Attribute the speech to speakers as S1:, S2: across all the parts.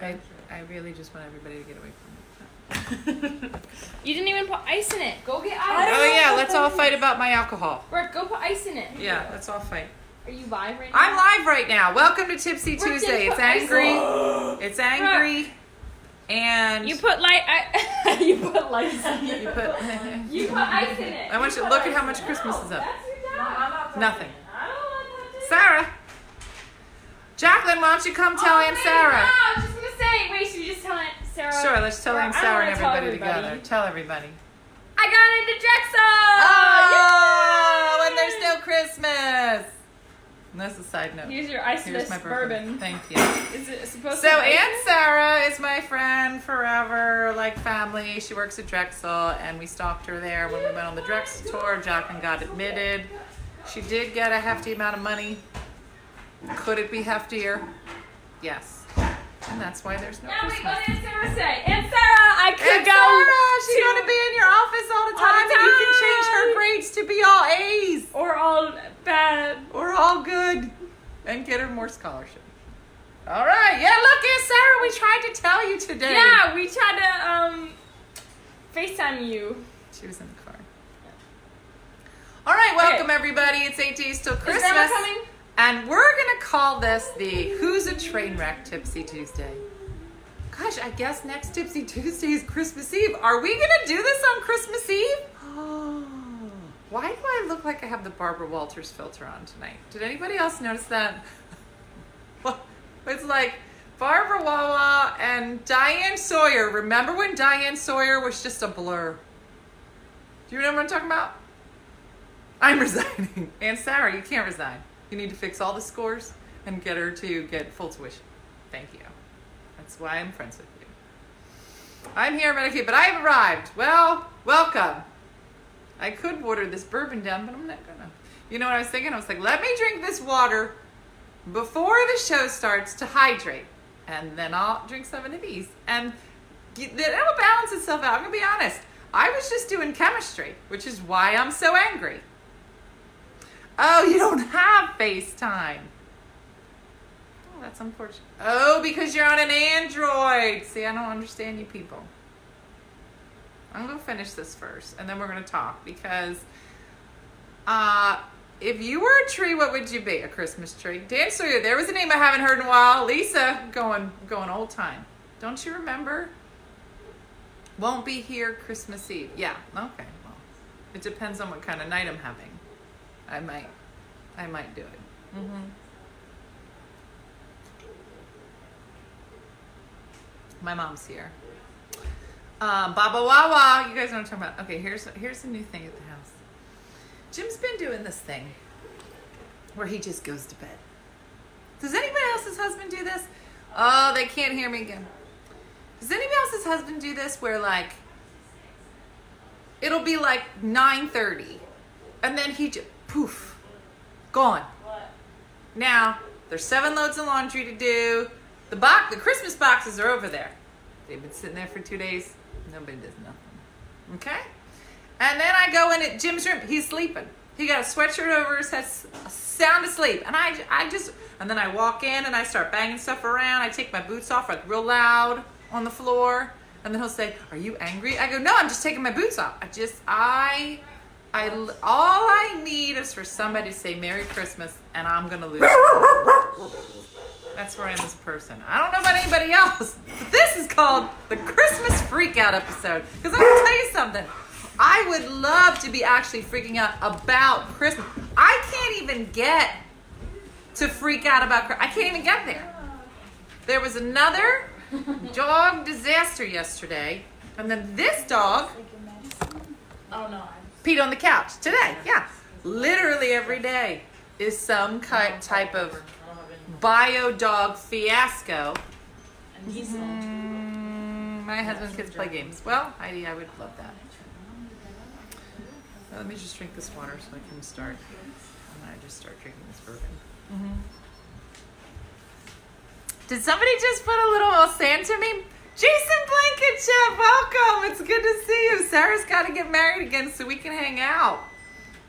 S1: I, I really just want everybody to get away from
S2: You didn't even put ice in it. Go get
S1: it.
S2: ice.
S1: Oh yeah, let's all fight about my alcohol.
S2: Brooke, go put ice in it.
S1: Yeah, let's all fight.
S2: Are you live right now?
S1: I'm live right now. Welcome to Tipsy
S2: Brooke didn't
S1: Tuesday. It's
S2: put ice
S1: angry.
S2: in
S1: It's angry. And
S2: You put light. I, you put light.
S1: you put-
S2: You put ice in it.
S1: I want you to
S2: put
S1: look at
S2: ice
S1: how
S2: in
S1: much
S2: it.
S1: Christmas is up.
S2: That's your job.
S1: nothing.
S2: I don't want that to-
S1: Sarah. Jacqueline, why don't you come tell
S2: Oh,
S1: Aunt
S2: wait,
S1: Sarah?
S2: No, I was just gonna say. Wait, should we just tell Aunt Sarah?
S1: Sure, let's tell
S2: Or
S1: Aunt
S2: I
S1: Sarah
S2: wanna
S1: and
S2: tell
S1: everybody together.
S2: everybody.
S1: Tell everybody.
S2: I got into Drexel.
S1: Oh,
S2: yay!
S1: and there's still Christmas. And that's a side note.
S2: Here's your ice
S1: Here's my bourbon.
S2: bourbon.
S1: Thank you.
S2: Is it supposed
S1: Oh! So
S2: to? be-
S1: Aunt Sarah is my friend forever, like family. She works at Drexel, and we stalked her there when we went on the Drexel tour. Jacqueline got admitted. She did get a hefty amount of money. Could it be heftier? Yes. And that's why there's no
S2: Now wait,
S1: Christmas.
S2: what did Aunt Sarah say? Aunt Sarah, I could
S1: Aunt
S2: go.
S1: Sarah, she's
S2: to-
S1: going to be in your office all the
S2: All the
S1: time, and you can
S2: time.
S1: change her grades to be all A's
S2: Or all bad.
S1: or all good, and get her more scholarship. All right, yeah. Look, Aunt Sarah, we tried to tell you today.
S2: Yeah, we tried to um FaceTime you.
S1: She was in the car. All right, welcome everybody. It's eight days till Christmas,
S2: Is Grandma coming?
S1: and we're gonna call this the "Who's a Train Wreck Tipsy Tuesday." Gosh, I guess next Tipsy Tuesday is Christmas Eve. Are we gonna do this on Christmas Eve? Why do I look like I have the Barbara Walters filter on tonight? Did anybody else notice that? Well, it's like Barbara Wawa and Diane Sawyer. Remember when Diane Sawyer was just a blur? Do you remember what I'm talking about? I'm resigning. And Sarah, you can't resign. You need to fix all the scores and get her to get full tuition. Thank you. That's why I'm friends with you. I'm here, Medicaid, but I have arrived. Well, welcome. I could water this bourbon down, but I'm not gonna. You know what I was thinking? I was like, let me drink this water before the show starts to hydrate, and then I'll drink seven of these, and get- then it'll balance itself out. I'm gonna be honest. I was just doing chemistry, which is why I'm so angry. Oh, you don't have FaceTime. Oh, that's unfortunate. Oh, because you're on an Android. See, I don't understand you people. I'm gonna finish this first, and then we're gonna talk because uh, if you were a tree, what would you be? A Christmas tree. Dan Sawyer, there was a name I haven't heard in a while. Lisa, going going old time. Don't you remember? Won't be here Christmas Eve. Yeah. Okay. Well, it depends on what kind of night I'm having. I might, I might do it. Mm-hmm. My mom's here. Um, Baba Wawa, you guys know what I'm talking about. Okay, here's here's a new thing at the house. Jim's been doing this thing where he just goes to bed. Does anybody else's husband do this? Oh, they can't hear me again. Does anybody else's husband do this where like it'll be like 9:30 and then he just poof gone. Now, there's seven loads of laundry to do. The box, the Christmas boxes are over there. They've been sitting there for two days. Nobody does nothing. Okay? And then I go in at Jim's room. He's sleeping. He got a sweatshirt over his head, s- sound asleep. And I, I just, and then I walk in and I start banging stuff around. I take my boots off like real loud on the floor. And then he'll say, "Are you angry?" I go, "No, I'm just taking my boots off. I just, I, I, all I need is for somebody to say Merry Christmas, and I'm gonna lose." That's where I am as a person. I don't know about anybody else, but this is called the Christmas freakout episode. Because I'm gonna tell you something. I would love to be actually freaking out about Christmas. I can't even get to freak out about Christmas. I can't even get there. There was another dog disaster yesterday, and then this dog
S2: Oh no.
S1: peed on the couch today. Yeah, literally every day is some ki- type of bio dog fiasco. Mm, my husband kids play games. Well, Heidi, I would love that. Now, let me just drink this water so I can start. And I just start drinking this bourbon. Did somebody just put a little old Santa meme? Jason Blankenship, welcome. It's good to see you. Sarah's got to get married again so we can hang out.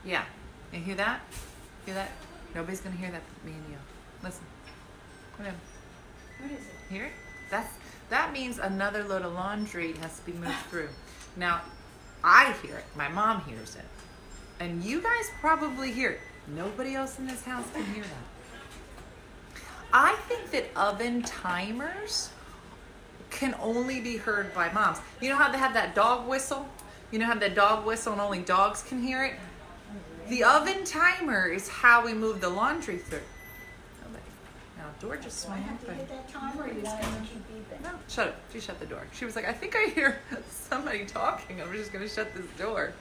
S1: Yeah. You hear that? Hear that? Nobody's going to hear that but me and you. Listen. What is it? Hear it? That's that means another load of laundry has to be moved through. Now, I hear it. My mom hears it, and you guys probably hear it. Nobody else in this house can hear that. I think that oven timers can only be heard by moms. You know how they have that dog whistle? You know how the dog whistle and only dogs can hear it? The oven timer is how we move the laundry through. Nobody. Now, door just swung
S3: have to
S1: open.
S3: hit that timer and not let you beep it.
S1: No, shut up. She shut the door. She was like, I think I hear somebody talking. I'm just going to shut this door.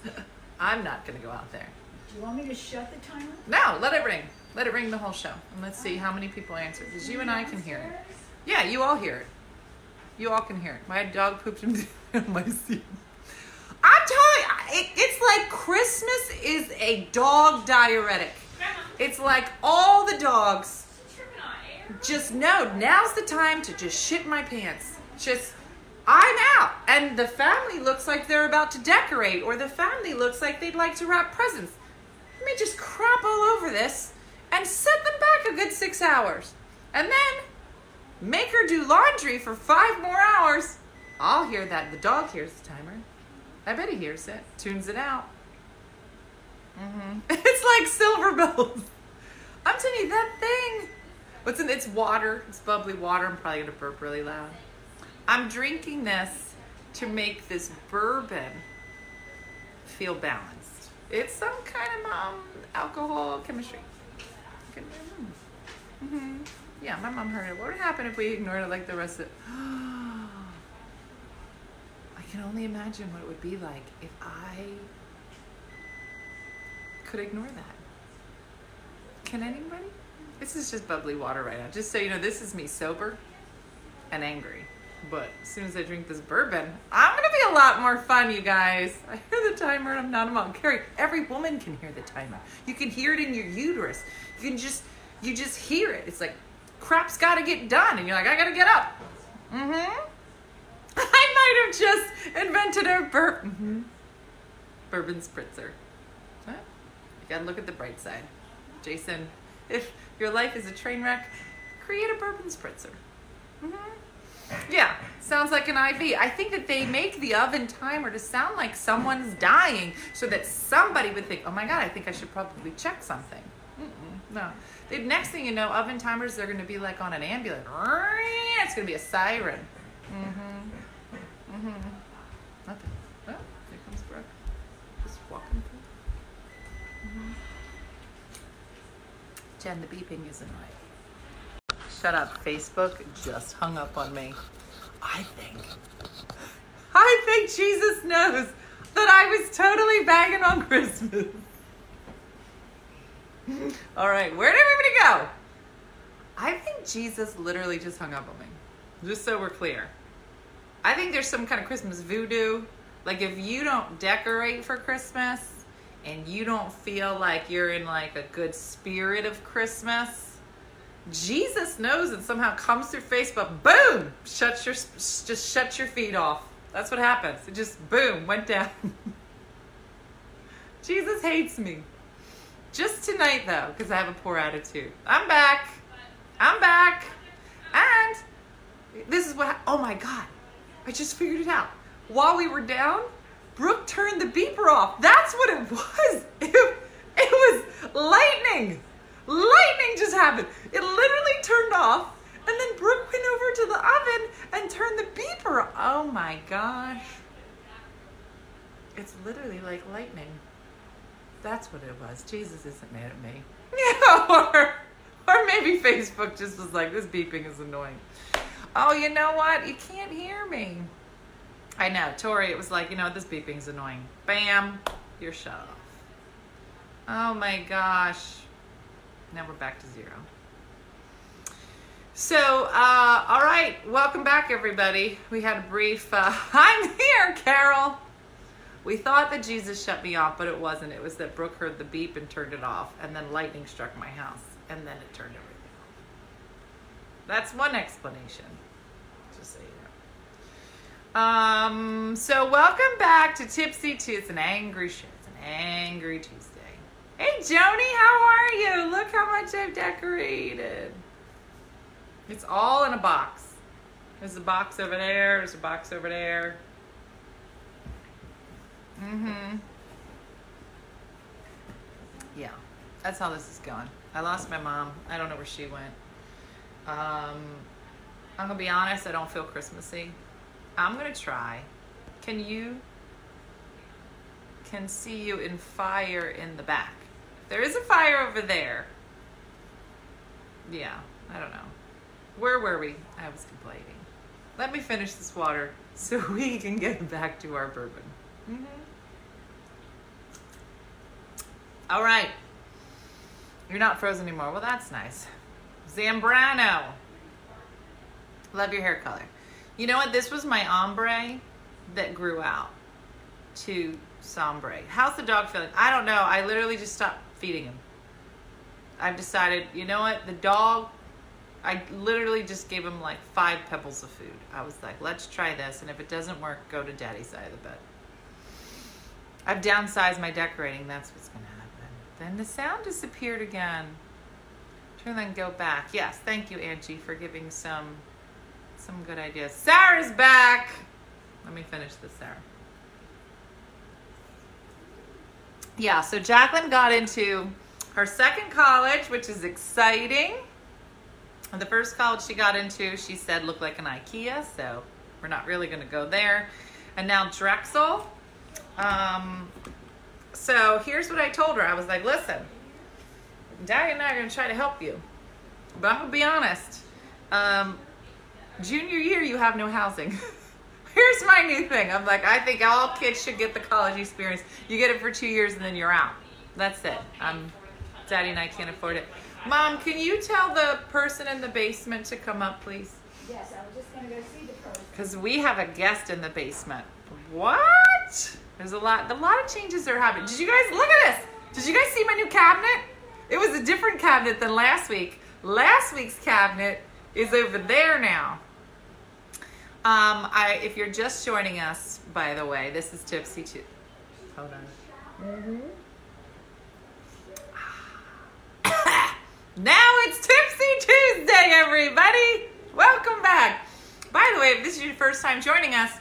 S1: I'm not going to go out there.
S3: Do you want me to shut the timer?
S1: No, let it ring. Let it ring the whole show. And let's see how many people answer. Because you and I can hear it. Yeah, you all hear it. You all can hear it. My dog pooped in my seat. I'm telling you, I- it, it's like Christmas is a dog diuretic.
S2: Grandma,
S1: It's like all the dogs
S2: since you're not air,
S1: just no now's the time to just shit my pants just i'm out and the family looks like they're about to decorate or the family looks like they'd like to wrap presents let me just crop all over this and set them back a good six hours and then make her do laundry for five more hours i'll hear that the dog hears the timer i bet he hears it tunes it out hmm it's like silver bells i'm telling you that thing What's in it's water. It's bubbly water. I'm probably gonna burp really loud. I'm drinking this to make this bourbon feel balanced. It's some kind of mom alcohol chemistry. Mm-hmm. Yeah, my mom heard it. What would happen if we ignored it like the rest of I can only imagine what it would be like if I could ignore that. Can anybody? This is just bubbly water right now. Just so you know, this is me sober and angry. But as soon as I drink this bourbon, I'm gonna be a lot more fun, you guys. I hear the timer and I'm not a mom. Carrie, every woman can hear the timer. You can hear it in your uterus. You can just you just hear it. It's like crap's gotta get done, and you're like, I gotta get up. Mm-hmm. I might have just invented a bur- mhm. bourbon spritzer. Huh? You gotta look at the bright side. Jason, if your life is a train wreck, create a bourbon spritzer. hmm Yeah, sounds like an IV. I think that they make the oven timer to sound like someone's dying so that somebody would think, oh my God, I think I should probably check something. Mm-mm, no. The next thing you know, oven timers, they're going to be like on an ambulance. It's going to be a siren. Mm-hmm. Mm-hmm. Nothing. Oh, here comes Brooke. Just walking through. Jen, the beeping isn't right. Shut up. Facebook just hung up on me. I think. I think Jesus knows that I was totally bagging on Christmas. All right, where did everybody go? I think Jesus literally just hung up on me. Just so we're clear. I think there's some kind of Christmas voodoo. Like if you don't decorate for Christmas and you don't feel like you're in like a good spirit of Christmas, Jesus knows and somehow comes through Facebook, boom, shuts your just shuts your feet off. That's what happens. It just boom went down. Jesus hates me. Just tonight though, because I have a poor attitude. I'm back. I'm back. And this is what hap- oh my god i just figured it out while we were down brooke turned the beeper off that's what it was it, it was lightning lightning just happened it literally turned off and then brooke went over to the oven and turned the beeper oh my gosh it's literally like lightning that's what it was jesus isn't mad at me or, or maybe facebook just was like this beeping is annoying Oh, you know what? You can't hear me. I know. Tori, it was like, you know what? This beeping's annoying. Bam. You're shut off. Oh my gosh. Now we're back to zero. So, uh, all right. Welcome back, everybody. We had a brief, uh, I'm here, Carol. We thought that Jesus shut me off, but it wasn't. It was that Brooke heard the beep and turned it off, and then lightning struck my house, and then it turned everything off. That's one explanation. Just so you know. Um, so welcome back to Tipsy Tuesday. It's an angry show. It's an angry Tuesday. Hey Joni, how are you? Look how much I've decorated. It's all in a box. There's a box over there. There's a box over there. Mm-hmm. Yeah, that's how this is going. I lost my mom. I don't know where she went. Um, I'm gonna be honest. I don't feel Christmassy. I'm gonna try. Can you? Can see you in fire in the back. There is a fire over there. Yeah, I don't know. Where were we? I was complaining. Let me finish this water so we can get back to our bourbon. Mm-hmm. All right. You're not frozen anymore. Well, that's nice. Zambrano. Love your hair color. You know what? This was my ombre that grew out to sombre. How's the dog feeling? I don't know. I literally just stopped feeding him. I've decided, you know what? The dog, I literally just gave him like five pebbles of food. I was like, let's try this. And if it doesn't work, go to daddy's side of the bed. I've downsized my decorating. That's what's going to happen. Then the sound disappeared again. Turn then go back. Yes, thank you, Angie, for giving some some good ideas. Sarah's back. Let me finish this, Sarah. Yeah, so Jacqueline got into her second college, which is exciting. And The first college she got into, she said, looked like an IKEA, so we're not really going to go there. And now Drexel. Um, so here's what I told her I was like, listen, Daddy and I are going to try to help you, but I'm going to be honest. Um, junior year, you have no housing. Here's my new thing. I'm like, I think all kids should get the college experience. You get it for two years and then you're out. That's it. Um, Daddy and I can't afford it. Mom, can you tell the person in the basement to come up, please?
S3: Yes, I was just gonna go see the person.
S1: Because we have a guest in the basement. What? There's a lot. A lot of changes are happening. Did you guys look at this? Did you guys see my new cabinet? It was a different cabinet than last week. Last week's cabinet is over there now. Um, I, if you're just joining us, by the way, this is Tipsy Too. Hold on. Now it's Tipsy Tuesday, everybody! Welcome back! By the way, if this is your first time joining us,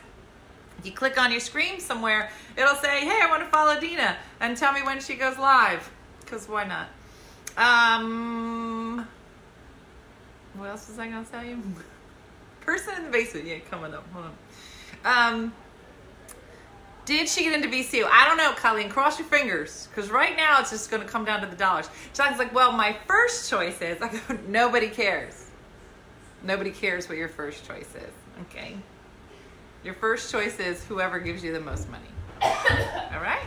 S1: if you click on your screen somewhere, it'll say, hey, I want to follow Dina and tell me when she goes live. Because why not? Um, what else was I going to tell you? Person in the basement. Yeah, coming up. Hold on. Um, did she get into VCU? I don't know, Colleen. Cross your fingers, because right now it's just going to come down to the dollars. John's like, well, my first choice is. I go, nobody cares. Nobody cares what your first choice is. Okay. Your first choice is whoever gives you the most money. All right.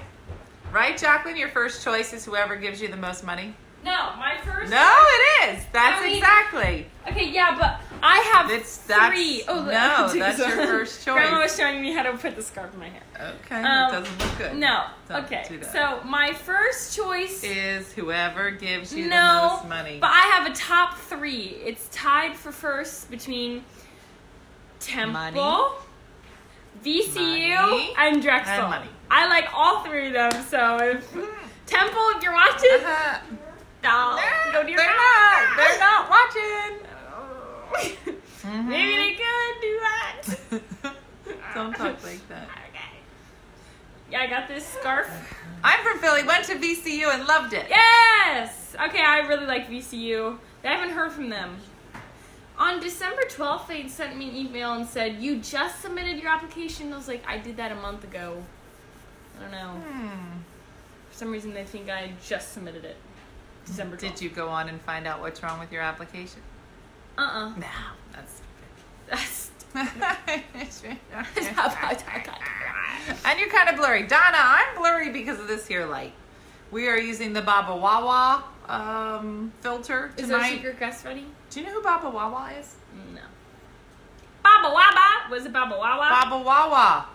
S1: Right, Jacqueline. Your first choice is whoever gives you the most money.
S2: No, my first.
S1: No, it is. That's
S2: I mean-
S1: exactly.
S2: Okay, yeah, but I have
S1: It's- that's-
S2: three. Oh, look,
S1: no,
S2: dude.
S1: that's your first choice.
S2: Grandma was showing me how to put the scarf in my hair.
S1: Okay.
S2: Um,
S1: it doesn't look good.
S2: No.
S1: Don't
S2: okay.
S1: do that.
S2: So my first choice.
S1: is whoever gives you the
S2: no,
S1: most money.
S2: but I have a top three. It's tied for first between Temple,
S1: Money.
S2: VCU,
S1: Money.
S2: and Drexel.
S1: And money.
S2: I like all three of them. So if Temple, if you're watching,
S1: Mm-hmm. Uh-huh.
S2: I'll go to your
S1: they're
S2: house.
S1: not. They're not watching. Mm-hmm.
S2: Maybe they could do that.
S1: Don't talk like that.
S2: Okay. Yeah, I got this scarf.
S1: I'm from Philly. Went to VCU and loved it.
S2: Yes! Okay, I really like VCU. I haven't heard from them. On December 12th, they sent me an email and said, You just submitted your application. I was like, I did that a month ago. I don't know.
S1: Hmm.
S2: For some reason, they think I just submitted it. December 12th.
S1: Did you go on and find out what's wrong with your application?
S2: Uh uh
S1: No, that's.
S2: That's how
S1: and
S2: about that got
S1: you're kind of blurry, Donna. I'm blurry because of this here light. We are using the Baba Wawa um, filter
S2: Is there a
S1: tonight.
S2: secret guest ready?
S1: Do you know who Baba Wawa is?
S2: No. Baba Waba! Was it Baba Wawa?
S1: Baba Wawa.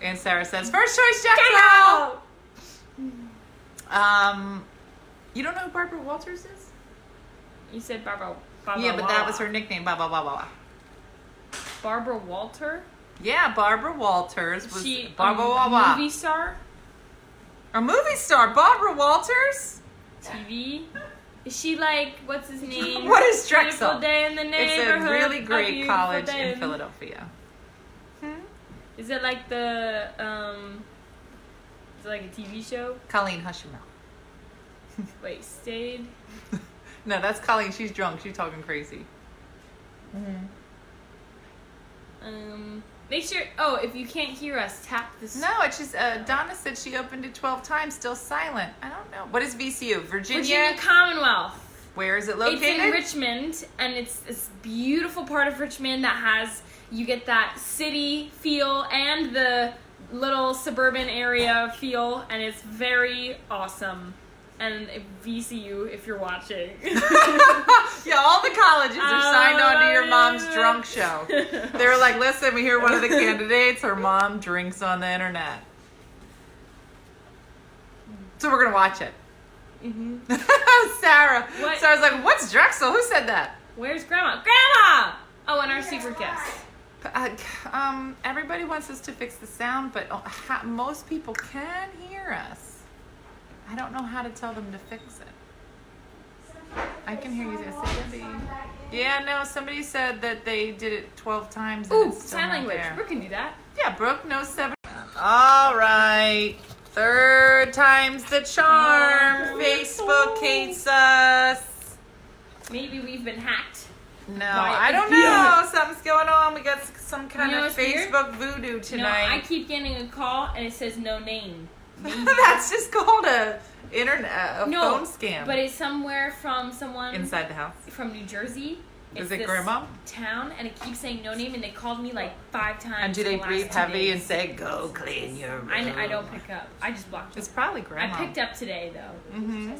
S1: And Sarah says, first choice, Jackson.
S2: Wow.
S1: Um, you don't know who Barbara Walters is?
S2: You said Barbara. Barbara
S1: yeah, but that was
S2: Wawa.
S1: her nickname, Baba Wawa.
S2: Barbara Walter.
S1: Yeah, Barbara Walters was
S2: She
S1: Barbara
S2: um,
S1: Wawa.
S2: movie star,
S1: A movie star, Barbara Walters?
S2: TV Is she like what's his name?
S1: What is
S2: Beautiful
S1: Drexel?
S2: day in the
S1: It's
S2: neighborhood.
S1: a really
S2: a
S1: great
S2: beautiful
S1: college
S2: day
S1: in Philadelphia.
S2: Is it like the um? Is it like a TV show?
S1: Colleen, hush your mouth.
S2: Wait, stayed.
S1: No, that's Colleen. She's drunk. She's talking crazy.
S2: Um, make sure. Oh, if you can't hear us, tap this.
S1: No, it's just uh, Donna said she opened it 12 times, still silent. I don't know. What is VCU? Virginia?
S2: Virginia Commonwealth.
S1: Where is it located?
S2: It's in Richmond, and it's this beautiful part of Richmond that has you get that city feel and the little suburban area feel, and it's very awesome. And VCU, if you're watching,
S1: yeah, all the colleges are signed on to your mom's
S2: Uh,
S1: drunk show. They were like, listen, we hear one of the candidates, her mom drinks on the internet. So we're going to watch it.
S2: Mhm.
S1: Sarah.
S2: What-
S1: Sarah's like, what's Drexel? Who said that?
S2: Where's Grandma? Grandma! Oh, and our secret guest.
S1: Uh, um, everybody wants us to fix the sound, but uh, ha- most people can hear us. I don't know how to tell them to fix it. I can hear you. Somebody, yeah, no, somebody said that they did it 12 times. And
S2: Ooh,
S1: it's still
S2: sign
S1: not
S2: language.
S1: there.
S2: We can do that.
S1: Yeah, Brooke knows seven. All right. Third time's the charm. Facebook hates us.
S2: Maybe we've been hacked.
S1: No,
S2: Right,
S1: I don't
S2: yeah.
S1: know. Something's going on. We got s- some kind
S2: know
S1: of
S2: what's weird?
S1: Facebook voodoo tonight.
S2: No, I keep getting a call and it says no name.
S1: That's just called a internet a
S2: No,
S1: phone scam.
S2: But it's somewhere from someone
S1: inside the house.
S2: from New Jersey.
S1: Is
S2: It's
S1: it
S2: this
S1: grandma?
S2: Town, and it keeps saying no name, and they called me like five times.
S1: And do
S2: in
S1: they
S2: the last
S1: breathe
S2: two
S1: heavy and
S2: days.
S1: say, "Go clean your room"?
S2: I, I don't pick up. I just blocked
S1: It's
S2: it.
S1: probably
S2: I
S1: grandma.
S2: picked up today though.
S1: hmm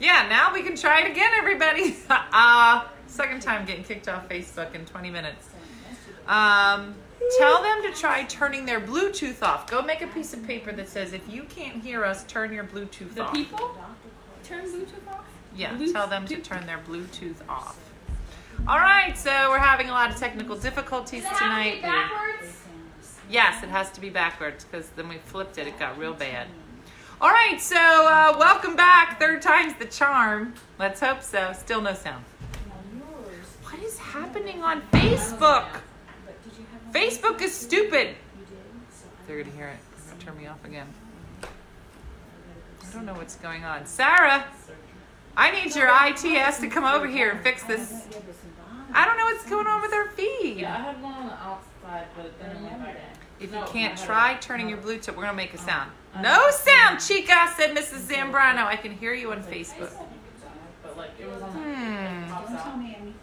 S1: Yeah, now we can try it again, everybody. uh, second time getting kicked off Facebook in 20 minutes. Um, tell them to try turning their Bluetooth off. Go make a piece of paper that says, "If you can't hear us, turn your Bluetooth
S2: The
S1: off."
S2: people turn Bluetooth off.
S1: Yeah,
S2: Bluetooth-
S1: tell them to turn their Bluetooth off. All right, so we're having a lot of technical difficulties tonight.
S2: backwards.
S1: Yes, it has to be backwards because then we flipped it. It got real bad. All right, so uh, welcome back. Third time's the charm. Let's hope so. Still no sound. What is happening on Facebook? Facebook is stupid. They're gonna hear it. They're gonna turn me off again. I don't know what's going on. Sarah, I need your ITS to come over here and fix this. I don't know what's going on with our feed.
S4: Yeah, I had one on the outside, but then it went back.
S1: If you
S4: No,
S1: can't
S4: I
S1: try
S4: haven't.
S1: turning your
S4: No.
S1: Bluetooth, we're gonna make a sound.
S4: I
S1: No sound, chica, said Mrs. Zambrano. I can hear you on Facebook.
S4: But like it was on.
S1: Hmm.
S4: It pops
S3: Don't tell
S4: out.
S3: me anything.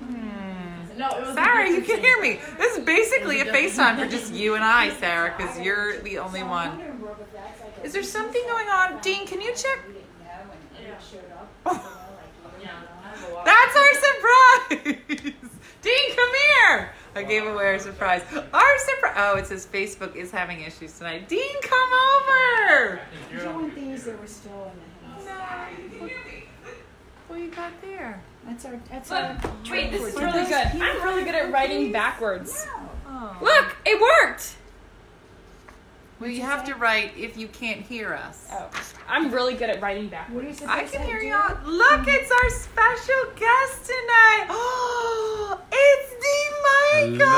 S3: Don't tell me anything.
S4: No, it was.
S1: Sarah, you can hear me. This is basically a FaceTime for just you and I, Sarah, because you're the only
S3: So I'm
S1: one.
S3: wondering, Rob, if that's like a
S1: Is there
S3: recent
S1: something going on?
S3: fact
S1: Dean, can you check?
S3: that we didn't know and it showed up, you know, like, you
S1: Oh,
S4: Yeah,
S3: know.
S4: I have a lot.
S1: That's our surprise! Dean, come here! I gave away our surprise. Our surprise! Oh, it says Facebook is having issues tonight. Dean, come over!
S3: Doing things that were still in the house.
S1: No, you can hear me. What you got there?
S3: That's our, that's our.
S2: Look, wait, this is
S3: backwards.
S2: really good. I'm really good at writing backwards.
S1: Oh.
S2: Look, it worked.
S1: Well, you have to write if you can't hear us.
S2: Oh, I'm really good at writing backwards.
S3: What are you supposed
S1: I can
S3: to
S1: hear
S3: do?
S1: y'all. Look, it's our special guest tonight. Oh, it's Dean Michael.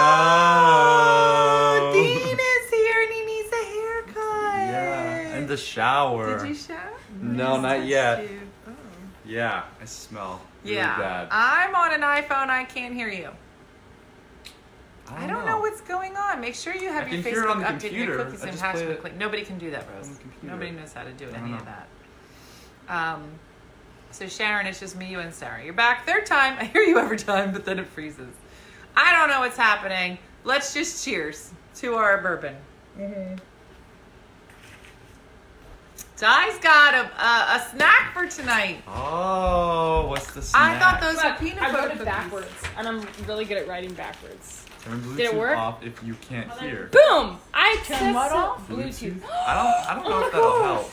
S5: Hello.
S1: Dean is here and he needs a haircut.
S5: Yeah, in the shower.
S1: Did you shower?
S5: No, not yet.
S1: Dude, oh.
S5: Yeah, I smell really
S1: Yeah,
S5: bad.
S1: I'm on an iPhone. I can't hear you. I don't know what's going on. Make sure you have
S5: I
S1: your
S5: can hear it
S1: Facebook
S5: on the
S1: updated your
S5: computer.
S1: cookies
S5: I
S1: and
S5: just play
S1: password.
S5: it
S1: clean. Nobody can do that, Rose.
S5: on the computer.
S1: Nobody knows how to do
S5: don't
S1: any of
S5: know.
S1: that. Um, so Sharon, it's just me, you, and Sarah. You're back third time. I hear you every time, but then it freezes. I don't know what's happening. Let's just cheers to our bourbon.
S5: Mm-hmm.
S1: Di's got a, a, a snack for tonight.
S5: Oh, what's the snack?
S1: I thought those
S2: Look,
S1: were peanut
S2: I
S1: butter
S2: wrote it
S1: cookies.
S2: backwards, and I'm really good at writing backwards.
S5: Turn Bluetooth
S2: Did it work?
S5: off if you can't hear.
S2: Boom! I
S3: Turn what
S2: tested-
S3: off?
S2: Bluetooth.
S5: I don't. I don't
S2: Oh
S5: know
S2: my
S5: if that'll
S2: gosh.
S5: help.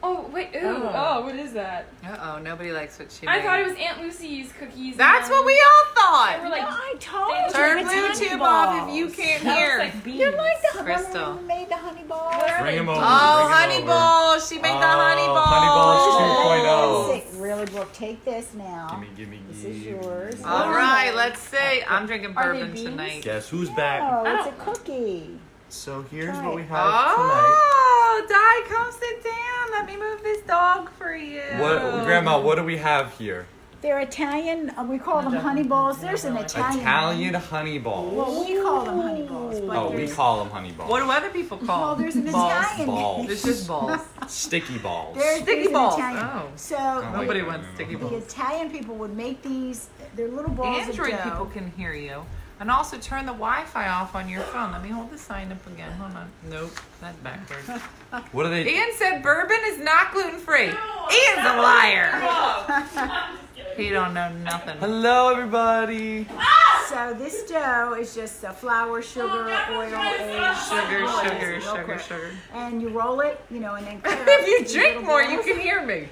S2: Oh wait! Ooh!
S1: Oh.
S2: Oh, what is that?
S1: Uh oh, nobody likes what she.
S2: I
S1: made.
S2: thought it was Aunt Lucy's cookies.
S1: That's
S2: and
S1: what we all
S2: They were
S1: thought.
S2: like,
S3: I told
S1: Turn
S3: it's honey
S1: Bluetooth off
S3: balls.
S1: if you can't
S2: That was
S1: hear.
S2: like beans.
S3: You're like the
S1: Crystal.
S3: one who made the honey balls.
S2: Where are
S5: Bring
S2: they?
S5: him over.
S1: Oh,
S5: bring
S1: honey
S5: him over.
S1: balls! She made the
S5: Oh,
S1: honey balls.
S5: honey balls 2.0.
S3: Really Lord will take this now.
S5: Gimme, gimme,
S3: This
S5: gimme.
S3: is yours.
S1: All
S3: Oh.
S1: right, let's see. I'm drinking
S2: Are they
S1: bourbon
S2: beans?
S1: tonight.
S5: Guess who's
S3: No,
S5: back?
S3: Oh, it's a cookie.
S5: So here's
S3: Try
S5: what
S3: it.
S5: we have tonight.
S1: Oh, Di, come sit down. Let me move this dog for you.
S5: What, Grandma? What do we have here?
S3: They're Italian. Uh, we call them honey balls. There's an Italian.
S5: Italian honey balls.
S3: Well, we call them honey balls. But
S5: Oh, we
S3: there's-
S5: call them honey balls.
S1: What do other people call
S3: Well, there's an
S1: balls?
S3: Italian.
S5: Balls.
S1: It's just balls.
S5: Sticky balls.
S3: There's,
S1: Sticky
S3: there's an
S1: balls.
S3: Italian.
S1: Oh.
S3: So
S5: Oh, wait,
S1: Nobody
S5: wait,
S1: wants
S5: wait,
S1: sticky
S5: wait.
S3: the
S1: balls.
S3: Italian people would make these. They're little balls
S1: Android
S3: of dough.
S1: people can hear you. And also turn the Wi-Fi off on your phone. Let me hold the sign up again. Hold on. Nope, that's backwards.
S5: What are they?
S1: Ian said bourbon is not gluten free. Ian's a liar. he don't know nothing.
S5: Hello, everybody.
S3: So this dough is just uh, flour, sugar,
S1: Oh,
S3: oil, and
S1: Sugar,
S3: Oh, it's
S1: sugar,
S3: real
S1: sugar,
S3: quick.
S1: sugar.
S3: And you roll it, you know, and then cut it up
S1: if
S3: into
S1: you drink
S3: little
S1: more, you
S3: balls.
S1: can hear me.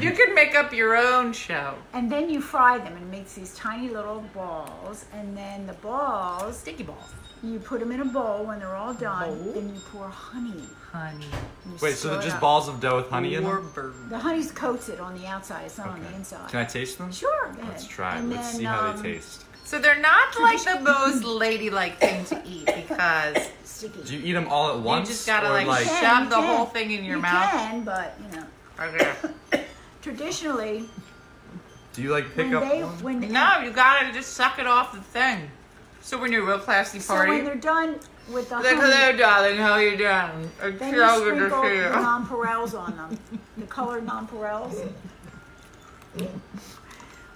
S1: You can make up your own show.
S3: And then you fry them and it makes these tiny little balls. And then the balls,
S1: Sticky balls.
S3: you put them in a bowl when they're all done. Then you pour honey.
S1: Honey.
S3: and you
S5: Wait,
S3: stir
S5: so they're
S3: it
S5: just
S3: up.
S5: balls of dough with honey in
S1: or
S5: them?
S1: bourbon.
S3: The honey coats it on the outside. It's not on the
S5: Okay.
S3: inside.
S5: Can I taste them?
S3: Sure. go
S5: Let's
S3: ahead.
S5: try. it.
S3: And
S5: Let's
S3: then,
S5: see how
S3: um,
S5: they taste.
S1: So they're not like the most ladylike thing to eat because
S3: Sticky.
S5: Do you eat them all at once?
S1: you just gotta
S5: or,
S1: like,
S5: like
S3: Yeah,
S1: shove
S3: you
S1: the
S3: can.
S1: whole thing in your
S3: you
S1: mouth.
S3: can, but you know,
S1: Okay.
S3: traditionally,
S5: Do you like pick
S3: when
S5: up?
S3: they
S5: one?
S3: when
S1: No, you gotta just suck it off the thing. So when you're a real classy
S3: so
S1: party,
S3: when they're done with the
S1: like
S3: honey,
S1: hello darling, how you doing? It's
S3: Then
S1: so
S3: you
S1: good to
S3: sprinkle
S1: see
S3: the
S1: you.
S3: nonpareils on them, the colored nonpareils.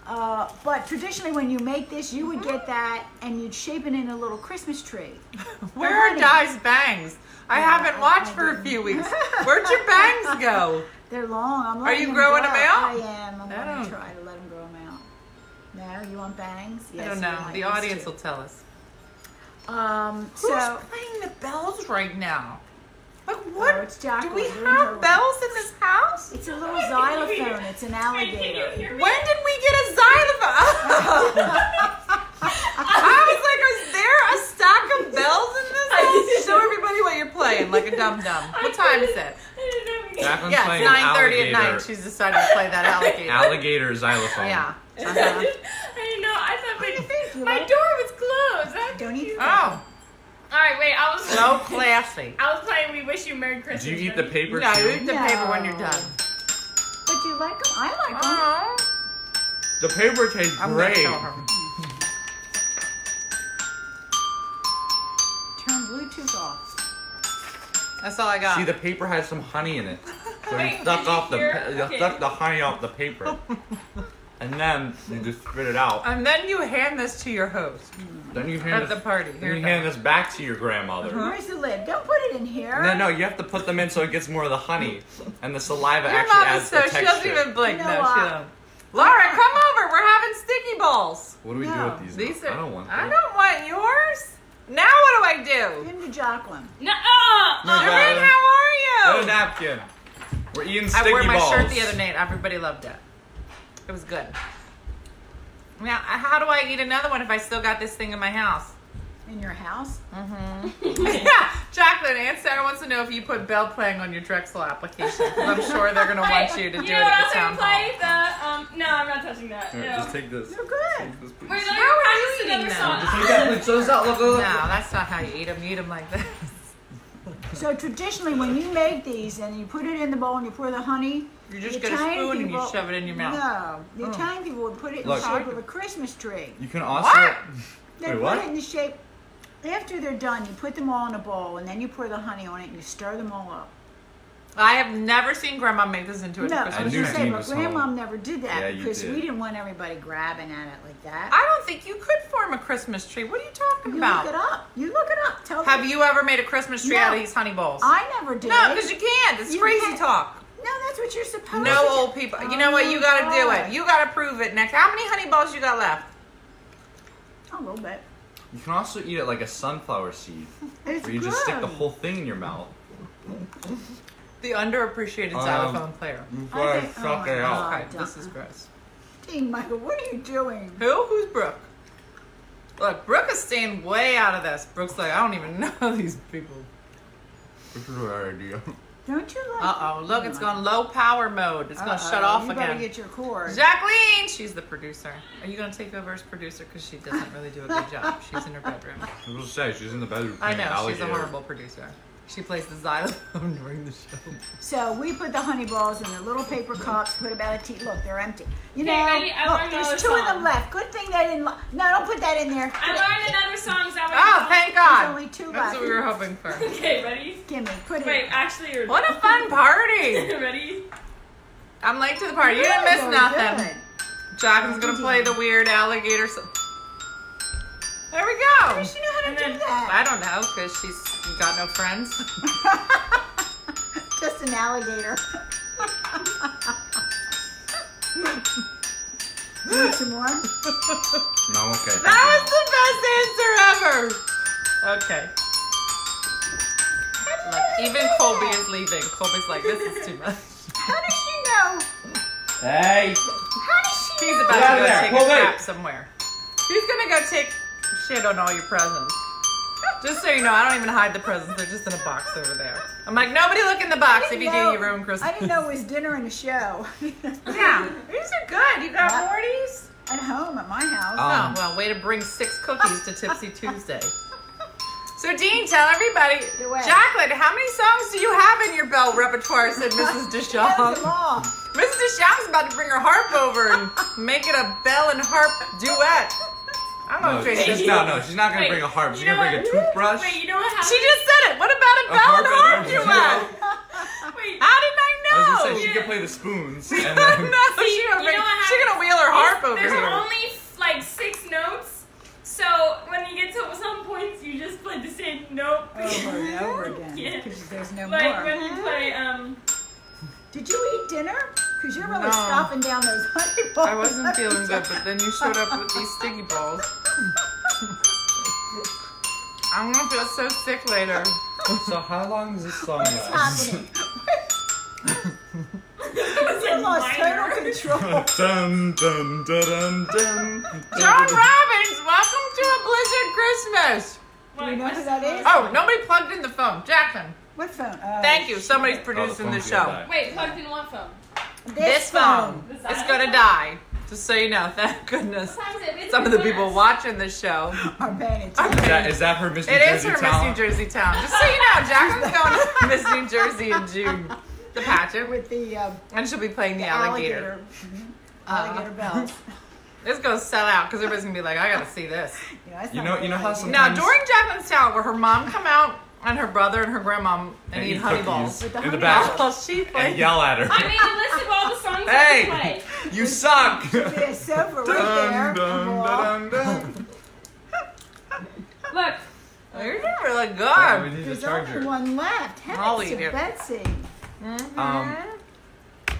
S3: Uh, but traditionally, when you make this, you would get that, and you'd shape it in a little Christmas tree.
S1: Where are
S3: honey.
S1: Di's bangs? I haven't
S3: I-
S1: watched
S3: I
S1: for a
S3: didn't.
S1: few weeks. Where'd your bangs go?
S3: They're long. I'm
S1: Are
S3: letting
S1: you
S3: them
S1: growing
S3: grow.
S1: them out? Oh.
S3: I am. I'm going
S1: No.
S3: to try to let them grow them out. No, you want bangs?
S1: I
S3: Yes,
S1: don't
S3: you
S1: know.
S3: might
S1: The
S3: use
S1: audience
S3: two.
S1: will tell us.
S3: Um,
S1: Who's
S3: so
S1: playing the bells right now? Like what?
S3: Oh, it's Jacqueline.
S1: Do we
S3: We're in
S1: have
S3: her-
S1: bells in this house?
S3: it's a little xylophone. It's an alligator.
S1: When did we get a xylophone? I was like, is there a stack of bells in this house? Show everybody what you're playing, like a dum dum. What time is it?
S5: Jacqueline's
S1: Yeah,
S5: playing
S1: it's
S5: an
S1: nine thirty at night.
S5: alligator.
S1: She's decided to play that alligator.
S5: Alligator xylophone.
S1: Yeah. Uh-huh.
S2: I don't know. I thought
S3: You
S2: my, my
S3: like-
S2: door was closed. I-
S3: Don't eat.
S1: Oh,
S2: All right, wait. I was
S1: so classy.
S2: I was playing We Wish You Merry Christmas.
S5: Do you eat the
S2: Jenny.
S5: paper
S1: No, you
S5: too?
S1: eat the paper when you're
S3: No.
S1: done.
S3: But you like them? I like them.
S1: Oh,
S5: The paper tastes
S1: I'm gonna
S5: great.
S1: kill her.
S3: Turn Bluetooth off.
S1: That's all I got.
S5: See, the paper has some honey in it. So you
S2: Wait,
S5: suck
S2: did you
S5: off the
S2: hear-
S5: pa- you
S2: okay.
S5: suck the honey off the paper, and then you just spit it out.
S1: and then you hand this to your host
S5: Then you hand
S1: at
S5: this,
S1: Uh, the party.
S5: then
S1: Here
S5: you
S1: it
S5: hand
S1: comes.
S5: this back to your grandmother.
S1: Uh-huh.
S3: Where's the lid? Don't put it in here.
S5: No, no, you have to put them in so it gets more of the honey, and the saliva
S1: Your
S5: actually
S1: mom
S5: adds
S1: is so
S5: the
S1: she
S5: texture.
S1: doesn't even blink.
S3: You
S1: no,
S3: know
S1: she
S3: what?
S1: don't. Laura, come over. We're having sticky balls.
S5: What do we
S3: No,
S5: do with these?
S1: These
S5: now?
S1: are.
S5: I don't want.
S1: I
S5: them.
S1: don't want yours. Now what do I do?
S3: Give him to Jacqueline.
S2: No, uh,
S5: No,
S2: uh,
S5: no.
S1: Doreen, how
S5: Get
S1: are
S5: a
S1: you?
S5: napkin. We're eating sticky
S1: I wore my
S5: balls.
S1: shirt the other night. Everybody loved it. It was good. Now, how do I eat another one if I still got this thing in my house?
S3: In your house?
S1: yeah, Jacqueline, Aunt Sarah wants to know if you put bell playing on your Drexel application. 'cause I'm sure they're going to want you to do
S2: you
S1: it
S2: know what
S1: at
S2: else
S1: the
S2: I
S1: town
S2: can
S1: hall.
S2: play? The um, no, I'm not touching that.
S5: Here,
S2: no.
S5: Just take this.
S3: They're good.
S5: Take this, please.
S2: Wait, let me
S1: How are
S2: practice
S1: you eating
S2: another
S1: them?
S2: song.
S5: Just take that. Look, so it's out. Look,
S1: No,
S5: look, look.
S1: that's not how you eat them. You eat them like this.
S3: So traditionally, when you make these and you put it in the bowl and you pour the honey,
S1: You just
S3: the
S1: get a
S3: Italian
S1: spoon and you
S3: people-
S1: shove it in your mouth.
S3: No, the Italian people would put it in
S5: Oh. Look.
S3: the shape of a Christmas tree.
S5: You can also.
S1: What?
S3: They
S5: Wait,
S3: put
S5: what?
S3: it in the shape. After they're done, you put them all in a bowl and then you pour the honey on it and you stir them all up.
S1: I have never seen Grandma make this into a
S3: No,
S1: Christmas
S3: was
S5: knew
S3: gonna say,
S5: Dean
S3: but
S5: was
S3: grandmom
S5: home.
S3: never did that
S5: Yeah, you
S3: because
S5: did.
S3: we didn't want everybody grabbing at it like that.
S1: I don't think you could form a Christmas tree. What are you talking
S3: you
S1: about?
S3: look it up. You look it up. Tell
S1: Have
S3: them.
S1: you ever made a Christmas tree
S3: No.
S1: out of these honey balls?
S3: I never did.
S1: no, because you can't. It's
S3: You
S1: crazy
S3: can't.
S1: talk.
S3: No, that's what you're supposed to.
S1: No
S3: do.
S1: old people. You know what?
S3: Oh,
S1: You got to do
S3: God.
S1: it. You got to prove it next. How many honey balls you got left?
S3: A little bit.
S5: You can also eat it like a sunflower seed,
S3: It's
S5: where you just stick the
S3: good.
S5: whole thing in your mouth.
S1: The underappreciated
S5: Um,
S1: xylophone player.
S5: You
S3: I
S5: gotta
S3: think-
S5: suck
S3: oh
S5: it
S3: my
S5: out.
S3: God.
S1: Okay, this is gross.
S3: Dang, Michael, what are you doing?
S1: Who? Who's Brooke? Look, Brooke is staying way out of this. Brooke's like, I don't even know these people.
S5: This is our idea.
S3: Don't you like?
S1: Uh oh, Logan's going low power mode. It's going to shut
S3: Uh-oh,
S1: off
S3: you
S1: again.
S3: better get your cord.
S1: Jacqueline, she's the producer. Are you going to take over as producer? Because she doesn't really do a good job. She's in her bedroom.
S5: I was gonna say she's in the bedroom.
S1: I
S5: playing
S1: know, she's a
S5: alligator.
S1: horrible producer. She plays the xylophone during the show.
S3: So we put the honey balls in the little paper cups. Put about a tea. Look, they're empty. You
S2: Okay,
S3: know,
S2: ready? I
S3: look,
S2: learned
S3: there's two
S2: another
S3: of them
S2: song.
S3: left. Good thing they didn't. Lo- no, don't put that in there.
S2: I learned another song. Is that
S1: Oh,
S2: what
S1: thank
S3: There's
S1: God.
S3: only two
S1: That's
S3: left.
S1: what we were hoping for.
S2: you Okay, ready?
S3: Gimme, put it.
S2: Wait, actually, you're
S1: What a fun party.
S2: ready?
S1: I'm late to the party. You didn't
S3: Really
S1: miss
S3: very
S1: nothing.
S3: good.
S1: Jacqueline's going to play the weird alligator. So- there we go.
S3: She knew how
S2: And
S3: to do
S2: then-
S3: that.
S1: I don't know because she's got no friends.
S3: Just an alligator. Need some more?
S5: No, okay. thank you.
S1: That was the best answer ever. Okay. Look, even Colby is leaving. Colby's like, this is too much.
S3: How does she know?
S5: Hey!
S3: How does she
S1: He's
S3: know?
S1: about to
S5: out
S1: go
S5: of there.
S1: take
S5: Well,
S1: a
S5: wait.
S1: crap somewhere. He's gonna go take shit on all your presents. Just so you know, I don't even hide the presents. They're just in a box over there. I'm like, nobody look in the box. If you do, you ruin Christmas.
S3: I didn't know it was dinner and a show.
S1: Yeah, these are good. You got
S3: Yeah.
S1: Morty's?
S3: At home, at my house.
S5: Um,
S1: oh well, way to bring six cookies to Tipsy Tuesday. So Dean, tell everybody,
S3: Your way.
S1: Jacqueline, how many songs do you have in your bell repertoire? Said Mrs.
S3: That was
S1: Deschamps.
S3: them all.
S1: Mrs. Deschamps about to bring her harp over and make it a bell and harp duet. I'm
S5: No,
S1: not crazy.
S5: she's, no, no, she's not gonna
S2: Wait,
S5: bring a harp. She's
S2: you
S5: gonna
S2: know
S5: bring a
S2: what?
S5: toothbrush.
S2: Wait, you know what
S1: She
S2: happened?
S1: just said it. What about a
S5: A
S1: bell and
S5: harp
S1: harp
S5: and harp
S1: duet?
S2: Wait,
S1: How did I know?
S5: I was gonna say she
S2: Yeah.
S5: could play the spoons. And
S1: no,
S5: then,
S1: she
S2: you
S1: gonna,
S2: know
S1: bring-
S2: what
S1: she gonna
S2: happens?
S1: wheel her harp over
S2: there's
S1: here.
S2: only like six notes. So when you get to some points, you just play the same note.
S3: Over and over again.
S2: Yeah.
S3: Because there's no
S2: like
S3: Oh, more.
S2: when you play, um,
S3: Did you eat dinner? Because you're really
S1: No.
S3: stomping down those honey balls.
S1: I wasn't feeling good, but then you showed up with these sticky balls. I'm gonna feel so sick later.
S5: so how long does this song
S3: What's
S5: last?
S3: happening? You lost total control.
S5: dun, dun, dun, dun, dun, Oh,
S1: John Robbins, welcome to a Blizzard Christmas.
S2: Do
S3: you know who that is?
S1: Oh, nobody plugged in the phone. Jacqueline,
S3: What phone? Oh,
S1: thank you. Somebody's
S5: Oh, the
S1: producing the
S5: phone's gonna
S1: show.
S5: die.
S2: Wait, plugged in what phone?
S1: This phone
S4: This
S1: is
S4: iPhone?
S1: gonna die. Just so you know, thank goodness.
S2: Sometimes it is
S1: Some of the
S2: with
S1: people
S2: us.
S1: watching the show.
S3: I'm paying attention.
S5: Is that, is that her Miss New
S1: It is
S5: Jersey
S1: her Miss New
S5: talent?
S1: Jersey town. Just so you know, Jacqueline's going to Miss New Jersey in June. The pageant.
S3: With the, um,
S1: And she'll be playing the, alligator.
S3: alligator. Mhm.
S1: Mm-hmm.
S3: Alligator
S1: Uh-huh.
S3: bells.
S1: It's gonna sell out because everybody's gonna be like, I gotta see this.
S3: Yeah, that's
S5: You
S3: not
S5: know-
S3: really
S5: you know
S3: an
S5: how
S3: idea.
S5: some-
S1: Now during Jacqueline's town, will her mom come out and her brother and her grandma and
S5: And
S1: eat
S5: eat
S1: honey
S5: cookies
S1: balls?
S3: With the
S5: in the
S3: honey
S5: back
S1: While she
S5: and
S1: plays.
S5: yell at
S2: I
S5: her.
S2: made a list of all the songs
S5: Hey!
S2: I could play.
S5: You suck!
S3: Be a sofa right there.
S5: Dun, dun,
S3: Wall.
S5: dun, dun.
S2: Look,
S1: You're doing really
S5: Yeah, we
S1: good.
S5: need a
S3: There's only
S5: charger.
S3: one left. Heavens
S1: Molly
S3: to
S1: did.
S3: Betsy.
S5: Um,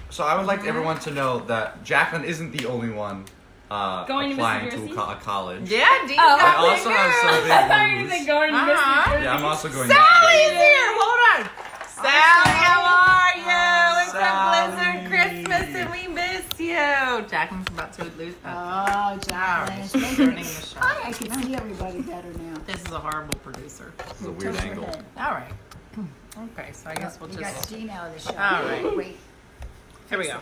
S5: so I would like everyone to know that Jacqueline isn't the only one uh,
S2: Going to Miss New
S5: applying to,
S2: Jersey?
S5: a, co- a college.
S1: Yeah, Dean.
S2: Oh.
S5: I
S1: got me
S5: also have
S1: good.
S5: something.
S2: I thought you were going to miss
S1: Uh-huh.
S2: New Jersey.
S5: Yeah, I'm also going.
S1: Sally's here. Hold on. Sally, how are you? It's
S5: Sally.
S1: a Blizzard Christmas and we miss you. Jacqueline's about to lose that.
S3: Oh,
S1: power.
S3: Jacqueline.
S1: She's turning the show.
S3: I can see everybody better now.
S1: This is a horrible producer.
S5: This is a weird
S3: Tilt her
S5: angle.
S3: head.
S1: All right. Okay, so I guess we'll
S3: We got
S1: just.
S3: Gene out of the show.
S1: All right.
S3: Wait.
S1: Here we go.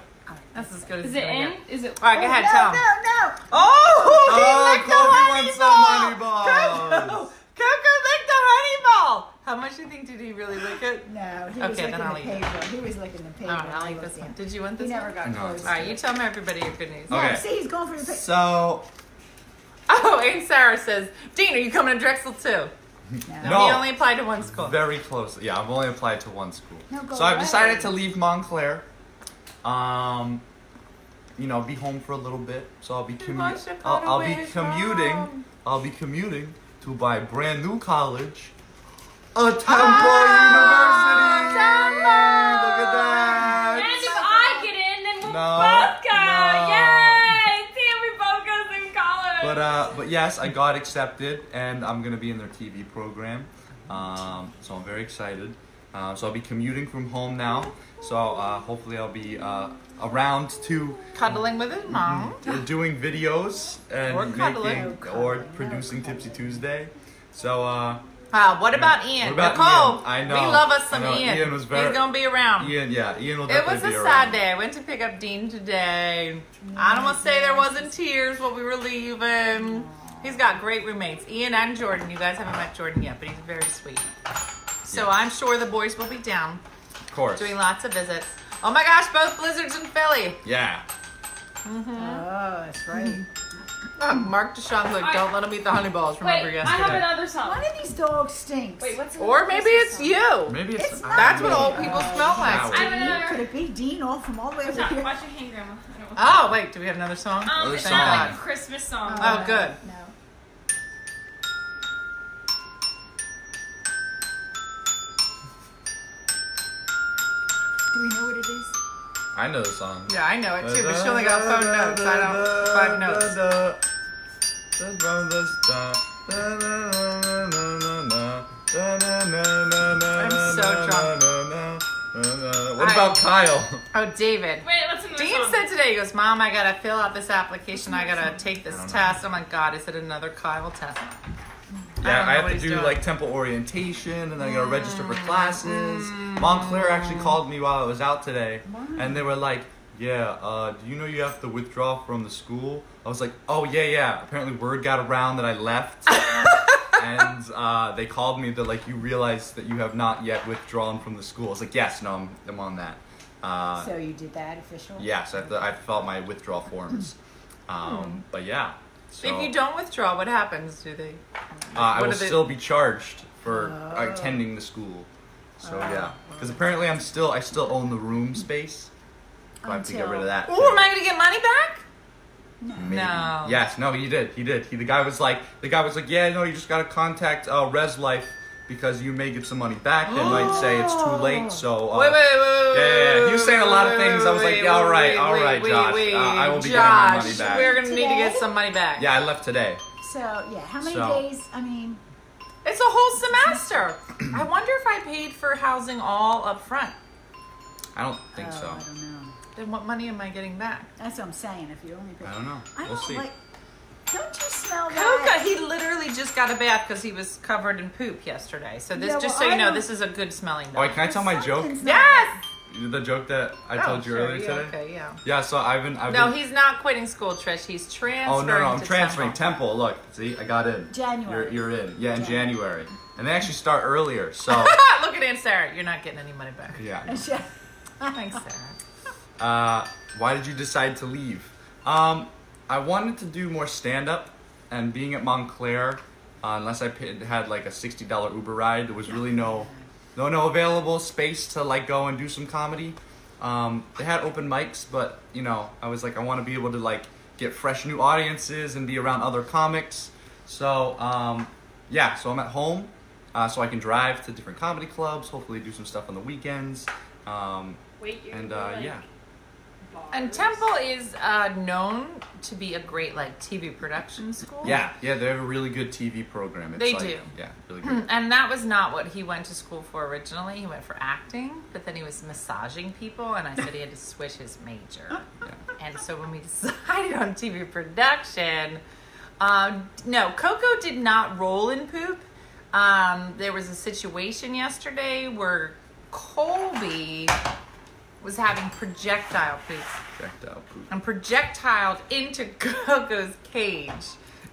S1: That's as good as
S2: Is
S1: it's
S2: it
S1: gonna
S2: in?
S1: get.
S2: Is it?
S1: All right, go ahead,
S3: Oh, no,
S1: tell 'em.
S3: no, no.
S1: Oh, he
S5: Oh,
S1: licked the honey
S5: Kobe
S1: ball.
S5: wants some
S1: Coco,
S5: money balls.
S1: Coco licked the honey ball. How much do you think did he really lick it?
S3: No, he was
S1: Okay,
S3: licking
S1: then I'll
S3: the
S1: leave it.
S3: paper. He was licking the paper.
S1: All right,
S3: I
S1: I like
S3: looked
S1: this one.
S3: in.
S1: Did you want
S3: He
S1: this
S3: never
S1: one?
S3: got
S5: No,
S3: close.
S5: it's
S1: All right, you tell me everybody your good news.
S3: No,
S5: Okay.
S3: see, he's going for the paper.
S5: So
S1: Oh, Aunt Sarah says, Dean, are you coming to Drexel too?
S5: No.
S1: He only applied to one school.
S5: Very close. Yeah, I've only applied to one school.
S3: No, go
S5: so I've
S3: away.
S5: decided to leave Montclair. Um, you know, be home for a little bit. So I'll be
S1: wants
S5: commuting.
S1: to go to
S5: I'll, I'll be
S1: his
S5: commuting.
S1: home.
S5: I'll be commuting to my brand new college, a Temple University.
S1: Temple!
S5: Look at
S2: And
S5: that.
S2: if I get in, then we'll
S5: No,
S2: both go.
S5: no.
S2: Yay! Damn, we both go to the same college.
S5: But uh, but yes, I got accepted, and I'm gonna be in their TV program. Um, so I'm very excited. Um, so I'll be commuting from home now. So uh, hopefully I'll be uh, around to
S1: Cuddling with his mom.
S5: doing videos and
S1: Or cuddling.
S5: making or producing Tipsy Tuesday. So uh,
S1: Uh, what about
S5: What
S1: Ian?
S5: about
S1: Nicole,
S5: Ian? I know.
S1: we love us some
S5: I know.
S1: Ian.
S5: Ian was very-
S1: He's gonna be around.
S5: Ian, yeah, Ian will
S1: It
S5: definitely
S1: was a
S5: be
S1: sad
S5: around.
S1: day. I went to pick up Dean today. I don't want to say there wasn't tears while we were leaving. He's got great roommates, Ian and Jordan. You guys haven't met Jordan yet, but he's very sweet. So
S5: Yes.
S1: I'm sure the boys will be down
S5: Of course.
S1: doing lots of visits. Oh my gosh, both blizzards in Philly.
S5: Yeah.
S3: Oh, that's right.
S5: Mm-hmm.
S1: Uh, Mark Deshaun's like,
S2: I-
S1: don't let him eat the honey balls. Remember
S2: Wait, I
S1: yesterday.
S2: have another song.
S3: One of these dogs stinks.
S2: Wait, what's another
S1: or maybe it's
S2: song?
S1: you.
S5: Maybe it's.
S3: It's
S5: I
S3: not
S1: That's
S5: don't
S1: what
S5: know.
S1: old people smell like.
S5: Wow.
S2: I have
S3: Who could
S2: another.
S3: it be? Dean all from all the way
S2: Watch
S3: over
S2: out,
S3: here.
S2: watch your hand, Grandma. I don't-
S1: Oh wait, do we have another song?
S2: Um,
S5: Other
S2: it's
S5: song.
S2: not like a Christmas song.
S1: Oh, good.
S3: No. Do we know what it is?
S5: I know the song.
S1: Yeah, I know it too, but she only got phone notes. I don't five notes.
S5: I'm
S1: so
S5: drunk. What
S1: I-
S5: about Kyle?
S1: Oh, David.
S2: Wait, what's another
S1: Dean
S2: song?
S1: said today, he goes, Mom, I gotta fill out this application. I gotta take this
S5: I don't know.
S1: test. I'm like, God, is it another Kyle test?
S5: Yeah,
S1: don't know
S5: I, have
S1: what
S5: to
S1: he's
S5: do
S1: doing. Mm.
S5: like temple orientation, and I gotta register for classes. Montclair actually called me while I was out today, and they were like, "Yeah, uh, do you know you have to withdraw from the school?" I was like, "Oh yeah, yeah." Apparently, word got around that I left, and uh, they called me. They're like, "You realize that you have not yet withdrawn from the school?" I was like, "Yes, no, I'm, I'm on that." Uh,
S3: So you did that official?
S5: yes, I, have to- I filled my withdrawal forms, um, but yeah. So,
S1: Hmm. If you don't withdraw, what happens? Do they?
S5: uh, I
S1: What
S5: will
S1: are they- Oh.
S5: still be charged for attending the school. So yeah, because apparently I'm still I still own the room space. So I have to get rid
S3: Until-
S5: of that.
S1: Oh, am I gonna get money back?
S5: Maybe.
S1: No.
S5: Yes, no, he did. He did. He the guy was like the guy was like, yeah, no, you just gotta contact uh, Res Life because you may get some money back. They might say it's too late. So uh,
S1: Wait, wait, wait, wait,
S5: yeah, yeah,
S1: wait,
S5: yeah.
S1: wait,
S5: You saying a
S1: wait,
S5: lot of
S1: wait,
S5: things.
S1: wait,
S5: I was like,
S1: wait,
S5: yeah, all
S1: wait,
S5: right,
S1: wait,
S5: all
S1: wait,
S5: right,
S1: wait,
S5: Josh.
S1: wait.
S5: Uh, I will be getting my
S1: Josh,
S5: money back.
S1: We're gonna need to get
S3: Today?
S1: some money back.
S5: Yeah, I left today.
S3: So yeah, how many
S5: So-
S3: days? I mean,
S1: It's a whole semester. I wonder if I paid for housing all up front.
S5: I don't think
S3: oh,
S5: so.
S3: I don't know.
S1: Then what money am I getting back?
S3: That's what I'm saying. If you only pay,
S5: I don't know.
S3: I
S5: we'll
S3: don't
S5: see.
S3: like. Don't you smell
S1: Coca,
S3: that?
S1: he literally just got a bath because he was covered in poop yesterday. So this,
S3: Yeah,
S1: just
S3: well,
S1: so you
S3: I
S1: know,
S3: don't-
S1: this is a good smelling
S5: All
S1: bath.
S5: right, can Oh, I tell my joke?
S3: Something's not
S1: yes.
S5: The joke that I
S1: Oh,
S5: told you
S1: sure,
S5: earlier
S1: yeah,
S5: today.
S1: Okay, yeah.
S5: Yeah, so I've been. I've
S1: No,
S5: been,
S1: he's not quitting school, Trish. He's
S5: Oh
S1: transferring.
S5: no, no, I'm
S1: to
S5: transferring.
S1: Temple.
S5: Temple. Look, see, I got in.
S3: January.
S5: You're, you're in. Yeah, in
S3: January.
S5: January, and they actually start earlier. So
S1: Ah, Look at Aunt Sarah. You're not getting any money back.
S5: yeah.
S3: good.
S1: Thanks, Sarah.
S5: Uh, why did you decide to leave? Um, I wanted to do more stand up, and being at Montclair, uh, unless I paid, had like a sixty dollar Uber ride, there was really no, no, no available space to like go and do some comedy. Um, they had open mics, but you know, I was like, I want to be able to like get fresh new audiences and be around other comics. So um, yeah, so I'm at home, uh, so I can drive to different comedy clubs. Hopefully, do some stuff on the weekends. Um,
S2: Wait, you're
S5: and
S2: gonna
S5: uh,
S2: like-
S5: yeah.
S1: And Temple is uh, known to be a great like TV production school.
S5: Yeah, yeah, they have a really good TV program. It's
S1: They
S5: like,
S1: do. Hmm.
S5: Yeah, really good.
S1: And that was not what he went to school for originally. He went for acting, but then he was massaging people, and I said he had to switch his major.
S5: Yeah.
S1: And so when we decided on TV production, um, no, Coco did not roll in poop. Um, there was a situation yesterday where Colby was having projectile poop
S5: Checked out. poop.
S1: and projectiled into Coco's cage.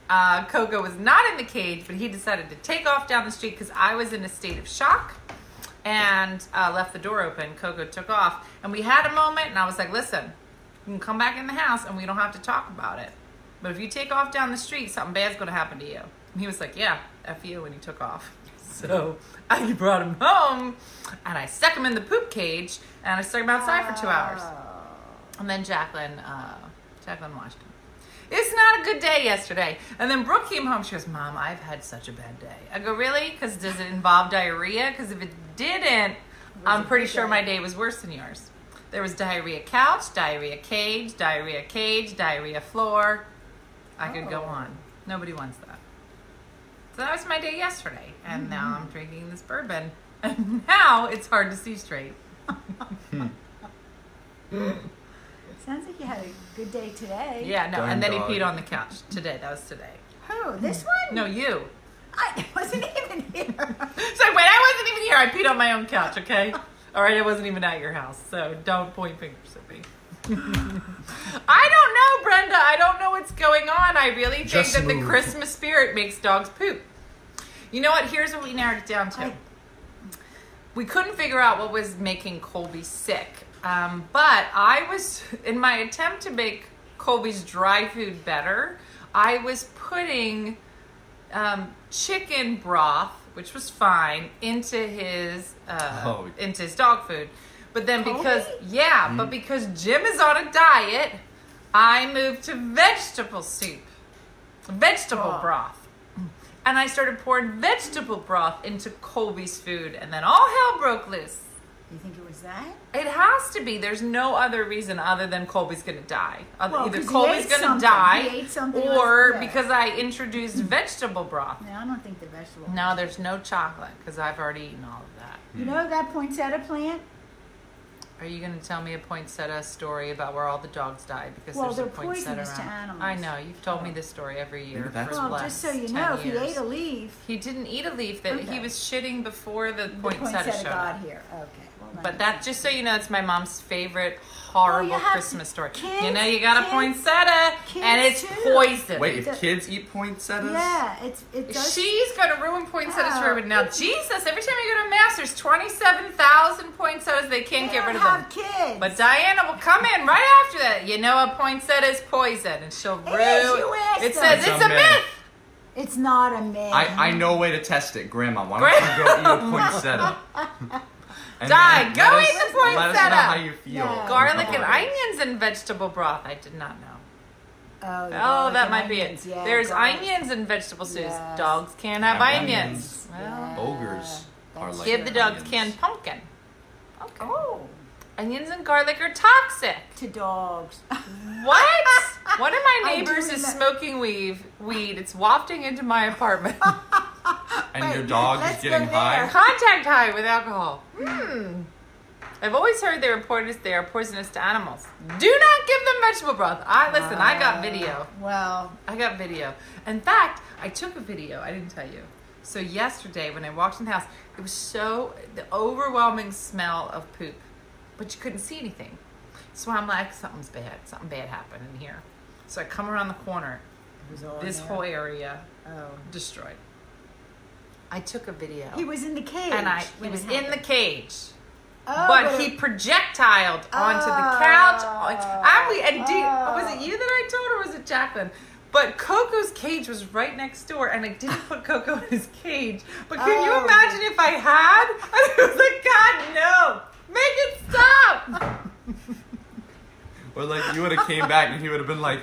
S1: Uh, Coco was not in the cage, but he decided to take off down the street because I was in a state of shock and uh, left the door open. Coco took off, and we had a moment, and I was like, listen, you can come back in the house and we don't have to talk about it. But if you take off down the street, something bad's going to happen to you. And he was like, yeah, F you, and he took off. So I brought him home, and I stuck him in the poop cage, and I stuck him outside for two hours.
S3: Oh,
S1: And then Jacqueline, uh, Jacqueline watched him. It's not a good day yesterday. And then Brooke came home. She goes, Mom, I've had such a bad day. I go, Really? Because does it involve diarrhea? Because if it didn't, I'm pretty sure my day was worse than yours. There was diarrhea couch, diarrhea cage, diarrhea cage, diarrhea floor. I could go on. Nobody wants that. So that was my day yesterday. And now I'm drinking this bourbon. And now it's hard to see straight.
S3: Sounds like you had a good day today.
S1: Yeah, no.
S5: Darn
S1: And then
S5: dog.
S1: he peed on the couch today. That was today.
S3: Who? Oh, This one?
S1: No, you.
S3: I it wasn't even wasn't here.
S1: So wait, I wasn't even here. I peed on my own couch, okay? All right, I wasn't even at your house, so don't point fingers at me. I don't know, Brenda. I don't know what's going on. I really think
S5: Just
S1: that the
S5: move.
S1: Christmas spirit makes dogs poop. You know what? Here's what we narrowed it down to.
S3: I-
S1: we couldn't figure out what was making Colby sick, um, but I was in my attempt to make Colby's dry food better. I was putting um, chicken broth, which was fine, into his uh,
S5: Oh.
S1: into his dog food. But then because yeah, but because Jim is on a diet, I moved to vegetable soup,
S3: Oh.
S1: vegetable broth. And I started pouring vegetable broth into Colby's food, and then all hell broke loose.
S3: You think it was that?
S1: It has to be. There's no other reason other than Colby's gonna die. Other-
S3: Well,
S1: Either
S3: 'cause he
S1: Colby's
S3: ate
S1: gonna
S3: something.
S1: die,
S3: He ate something
S1: or
S3: last- yeah.
S1: because I introduced vegetable broth.
S3: No, I don't think the vegetable.
S1: No, there's no chocolate because I've already eaten all of that.
S3: You know that poinsettia plant?
S1: Are you gonna tell me a poinsettia story about where all the dogs died because
S3: Well,
S1: there's a
S3: they're
S1: poinsettia
S3: poisonous to
S1: around?
S3: animals.
S1: I know you've told me this story every year.
S5: Maybe that's
S1: for
S5: why.
S3: Well,
S1: the
S3: Oh, just so
S1: last
S3: you
S1: 10
S3: know, if he
S1: years.
S3: ate a leaf,
S1: He didn't eat a leaf. That he
S3: Okay.
S1: was shitting before
S3: the
S1: the, poinsettia,
S3: poinsettia
S1: showed
S3: got
S1: up.
S3: here. Okay. Well, then-
S1: But that, just so you know, it's my mom's favorite horrible
S3: Oh, have to-
S1: Christmas story. you
S3: kids-
S1: know, you got a
S3: kids-
S1: poinsettia, and it's
S3: kids too.
S1: poison.
S5: Wait,
S3: It's
S5: if
S3: a-
S5: kids eat poinsettias?
S3: Yeah, it's it does.
S1: She's going to ruin poinsettias for
S3: Wow.
S1: everyone. Now, Jesus, every time you go to Mass, there's 27,000 poinsettias. They
S3: they
S1: can't
S3: don't
S1: get rid of them.
S3: have kids.
S1: But Diana will come in right after that. You know, a poinsettia is poison, and she'll
S3: It
S1: ruin.
S3: is, you asked
S1: It
S3: them.
S1: says
S5: It's
S1: it's
S5: a
S1: a
S5: myth.
S1: myth.
S3: it's not a myth.
S5: I, I know a way to test it, Grandma. Why don't you go eat a poinsettia? And
S1: Die.
S5: then
S1: Go
S5: let
S1: eat the
S5: Let us know
S1: poinsettia.
S5: how you feel.
S3: Yeah.
S1: Garlic and
S5: Alright.
S1: onions and vegetable broth. I did not know.
S3: Oh, yeah,
S1: Oh,
S3: like
S1: that
S3: an
S1: might be it.
S3: onions, yeah,
S1: There's
S3: garlic.
S1: onions in vegetable soups.
S3: Yes.
S1: Dogs can't have,
S5: Have
S1: onions.
S5: onions.
S1: Well,
S3: Oh.
S5: Ogres are
S3: That's
S5: like
S1: give the dogs
S5: onions.
S1: canned pumpkin. Okay.
S3: Oh,
S1: Onions and garlic are toxic.
S3: to dogs.
S1: What? One of my
S3: I do
S1: neighbors is
S3: remem-
S1: smoking weed. Weed. It's wafting into my apartment.
S5: And your
S3: Wait,
S5: dog is
S3: let's go
S5: getting high.
S3: there.
S1: Contact high with alcohol. Hmm. I've always heard they report as they are poisonous to animals. Do not give them vegetable broth. I listen. I
S3: Uh,
S1: got video.
S3: Well,
S1: I got video. In fact, I took a video. I didn't tell you. So yesterday, when I walked in the house, it was so the overwhelming smell of poop, but you couldn't see anything. So I'm like, something's bad. Something bad happened in here. So I come around the corner.
S3: it was all
S1: This
S3: there.
S1: whole area
S3: Oh.
S1: destroyed. I took a video.
S3: He was in the cage.
S1: and I he
S3: when
S1: was
S3: it
S1: in the
S3: happened.
S1: cage.
S3: Oh,
S1: but
S3: it-
S1: he projectiled onto the
S3: Oh.
S1: couch. I we and do,
S3: Oh.
S1: was it you that I told or was it Jacqueline? But Coco's cage was right next door, and I didn't put Coco in his cage. But can you
S3: Oh.
S1: imagine if I had? I was like, God, no! Make it stop!
S5: Or like you would have came back and he would have been like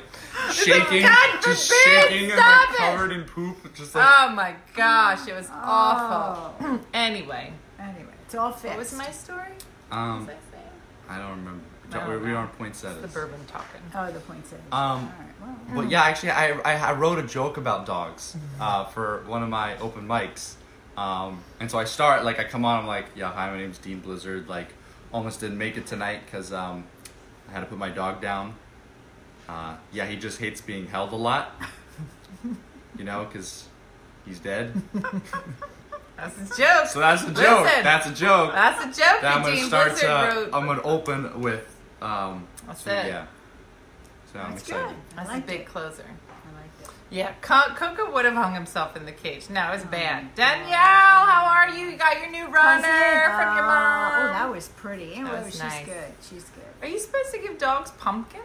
S5: shaking,
S1: "God
S5: just
S1: forbid,
S5: shaking and
S1: stop
S5: like
S1: it."
S5: covered in poop, just like
S1: Oh my gosh, it was awful. Anyway,
S3: Oh. Anyway, it's all fixed.
S1: what was my story?
S5: um,
S1: What was I saying?
S5: I don't remember.
S1: I don't
S5: we we
S1: know.
S5: aren't
S1: The
S5: poinsettias.
S1: bourbon talking.
S3: Oh, the poinsettia.
S5: Um,
S3: all right. Well,
S1: Oh.
S5: But yeah, actually, I, I, I wrote a joke about dogs
S1: Mm-hmm.
S5: uh, for one of my open mics. Um, and so I start, like, I come on, I'm like, yeah, hi, my name's Dean Blizzard. Like, almost didn't make it tonight because um, I had to put my dog down. Uh, yeah, he just hates being held a lot, you know, because he's dead.
S1: That's a joke.
S5: So that's a joke.
S1: Listen.
S5: That's a joke.
S1: That's a joke.
S5: that uh, I'm
S1: That
S5: gonna
S1: Dean
S5: start
S1: Blizzard
S5: to,
S1: wrote.
S5: I'm gonna open with, um,
S1: That's
S5: so,
S1: it.
S5: yeah. So I'm
S3: that's good.
S5: excited.
S3: I
S1: That's a
S3: liked
S1: big
S3: it.
S1: closer.
S3: I liked it. Oh
S1: Yeah, Co- Coco would have hung himself in the cage. No, it's bad. Danielle, how are you? You got your new runner from your mom.
S3: Oh, that was pretty. Anyway,
S1: was
S3: she's
S1: nice.
S3: good. She's good.
S1: are you supposed to give dogs pumpkin?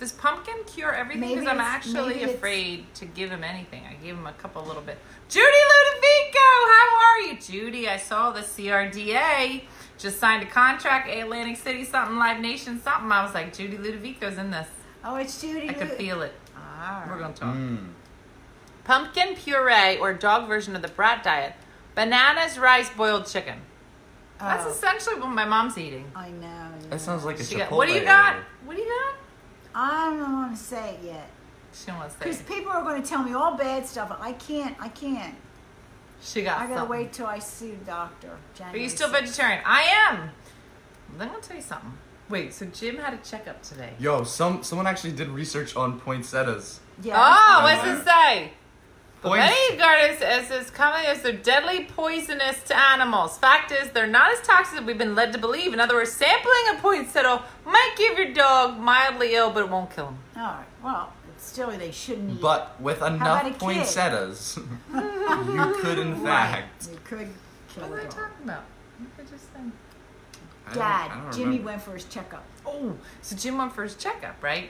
S1: Does pumpkin cure everything? Because
S3: Maybe
S1: I'm
S3: it's-
S1: actually
S3: maybe it's-
S1: afraid to give him anything. I gave him a couple little bit. Judy Ludovico, how are you? Judy, I saw the CRDA just signed a contract, Atlantic City, something, Live Nation, something. I was like, Judy Ludovico's in this.
S3: Oh, it's Judy.
S1: I could
S3: Lu-
S1: feel it.
S3: All
S1: We're
S3: right.
S1: going to talk.
S5: Mm.
S1: Pumpkin puree or dog version of the brat diet. Bananas, rice, boiled chicken. That's
S3: Oh,
S1: essentially what my mom's eating.
S3: I know. yeah.
S5: That sounds like a
S1: She
S5: Chipotle.
S1: got, what do you got?
S5: area.
S1: What do you got?
S3: I don't want to say it yet
S1: She wants to
S3: because
S1: say.
S3: people are going to tell me all bad stuff. I can't. I can't.
S1: She got
S3: I gotta
S1: something.
S3: wait till I see the doctor.
S1: Are
S3: January
S1: you still
S3: 6th.
S1: vegetarian? I am. Then I'll tell you something. Wait, so Jim had a checkup today.
S5: Yo, some someone actually did research on poinsettias.
S1: Ah!
S3: Yeah.
S1: Oh, what's
S5: I'm
S1: it say?
S5: Poison-
S1: Many garden is as common as they're deadly poisonous to animals. Fact is, they're not as toxic as we've been led to believe. In other words, sampling a poinsettia might give your dog mildly ill, but it won't kill him.
S3: All right. Well, still they shouldn't eat.
S5: But with
S3: a kid?
S5: enough poinsettas, you could in
S3: right.
S5: fact.
S3: They could kill
S1: What
S3: the
S1: are they
S3: dog.
S1: talking about? What did I just say?
S5: I don't- I
S3: Dad,
S5: don't
S3: Jimmy
S5: remember.
S3: went for his checkup.
S1: Oh, so Jim went for his checkup, right?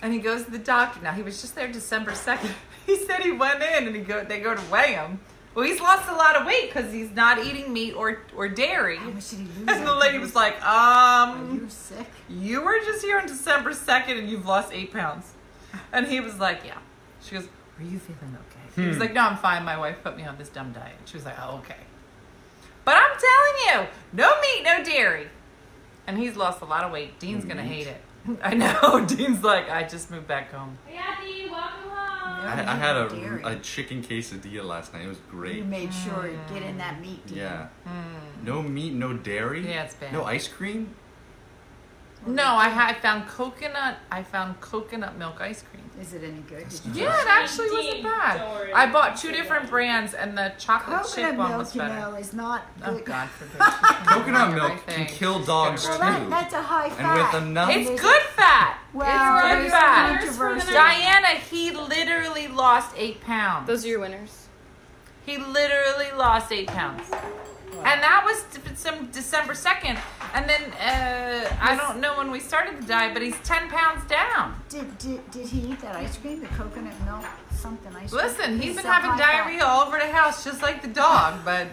S1: And he goes to the doctor. Now he was just there December second. He said he went in and he go. They go to weigh him. Well, he's lost a lot of weight because he's not eating meat or or dairy.
S3: How much did he lose?
S1: And the
S3: after
S1: lady
S3: this?
S1: was like,
S3: Are you
S1: um,
S3: sick?
S1: you were just here on December second and you've lost eight pounds. And he was like, yeah. She goes, are you feeling okay? He
S3: Hmm.
S1: was like, no, I'm fine. My wife put me on this dumb diet. She was like, oh, okay. But I'm telling you, no meat, no dairy. And he's lost a lot of weight. Dean's gonna hate it. I know. Dean's like, I just moved back home.
S2: Hey, Abby, welcome home.
S5: I, I had
S3: Dairy.
S5: a, a chicken quesadilla last night. It was great.
S3: You made Hmm. sure you get in that meat. Dean.
S5: Yeah. No meat, no dairy.
S1: Yeah, it's bad.
S5: No ice cream.
S1: No, I, ha- I found coconut. I found coconut milk ice cream.
S3: Is it any good? Did you-
S1: Yeah, it actually wasn't bad. I bought two different brands, and the chocolate chip
S3: Coconut
S1: one
S3: milk,
S1: was
S3: you
S1: better.
S3: know, is not
S1: Oh
S3: good.
S1: God forbid!
S5: Coconut milk can
S1: Everything.
S5: kill dogs
S3: Well,
S1: It's
S3: that,
S5: too.
S3: that's a high
S5: And with
S3: fat.
S5: enough,
S1: It's good fat.
S3: well,
S1: it's
S3: there's
S1: good fat.
S3: controversy.
S1: Diana, he literally lost eight pounds.
S2: Those are your winners.
S1: He literally lost eight pounds. And that was d- some December 2nd. And then uh, I don't know when we started the diet, but he's 10 pounds down.
S3: Did, did, did he eat that ice cream? The coconut milk something ice cream?
S1: Listen, he's
S3: Is
S1: been
S3: that
S1: having
S3: high fat?
S1: diarrhea all over the house, just like the dog, but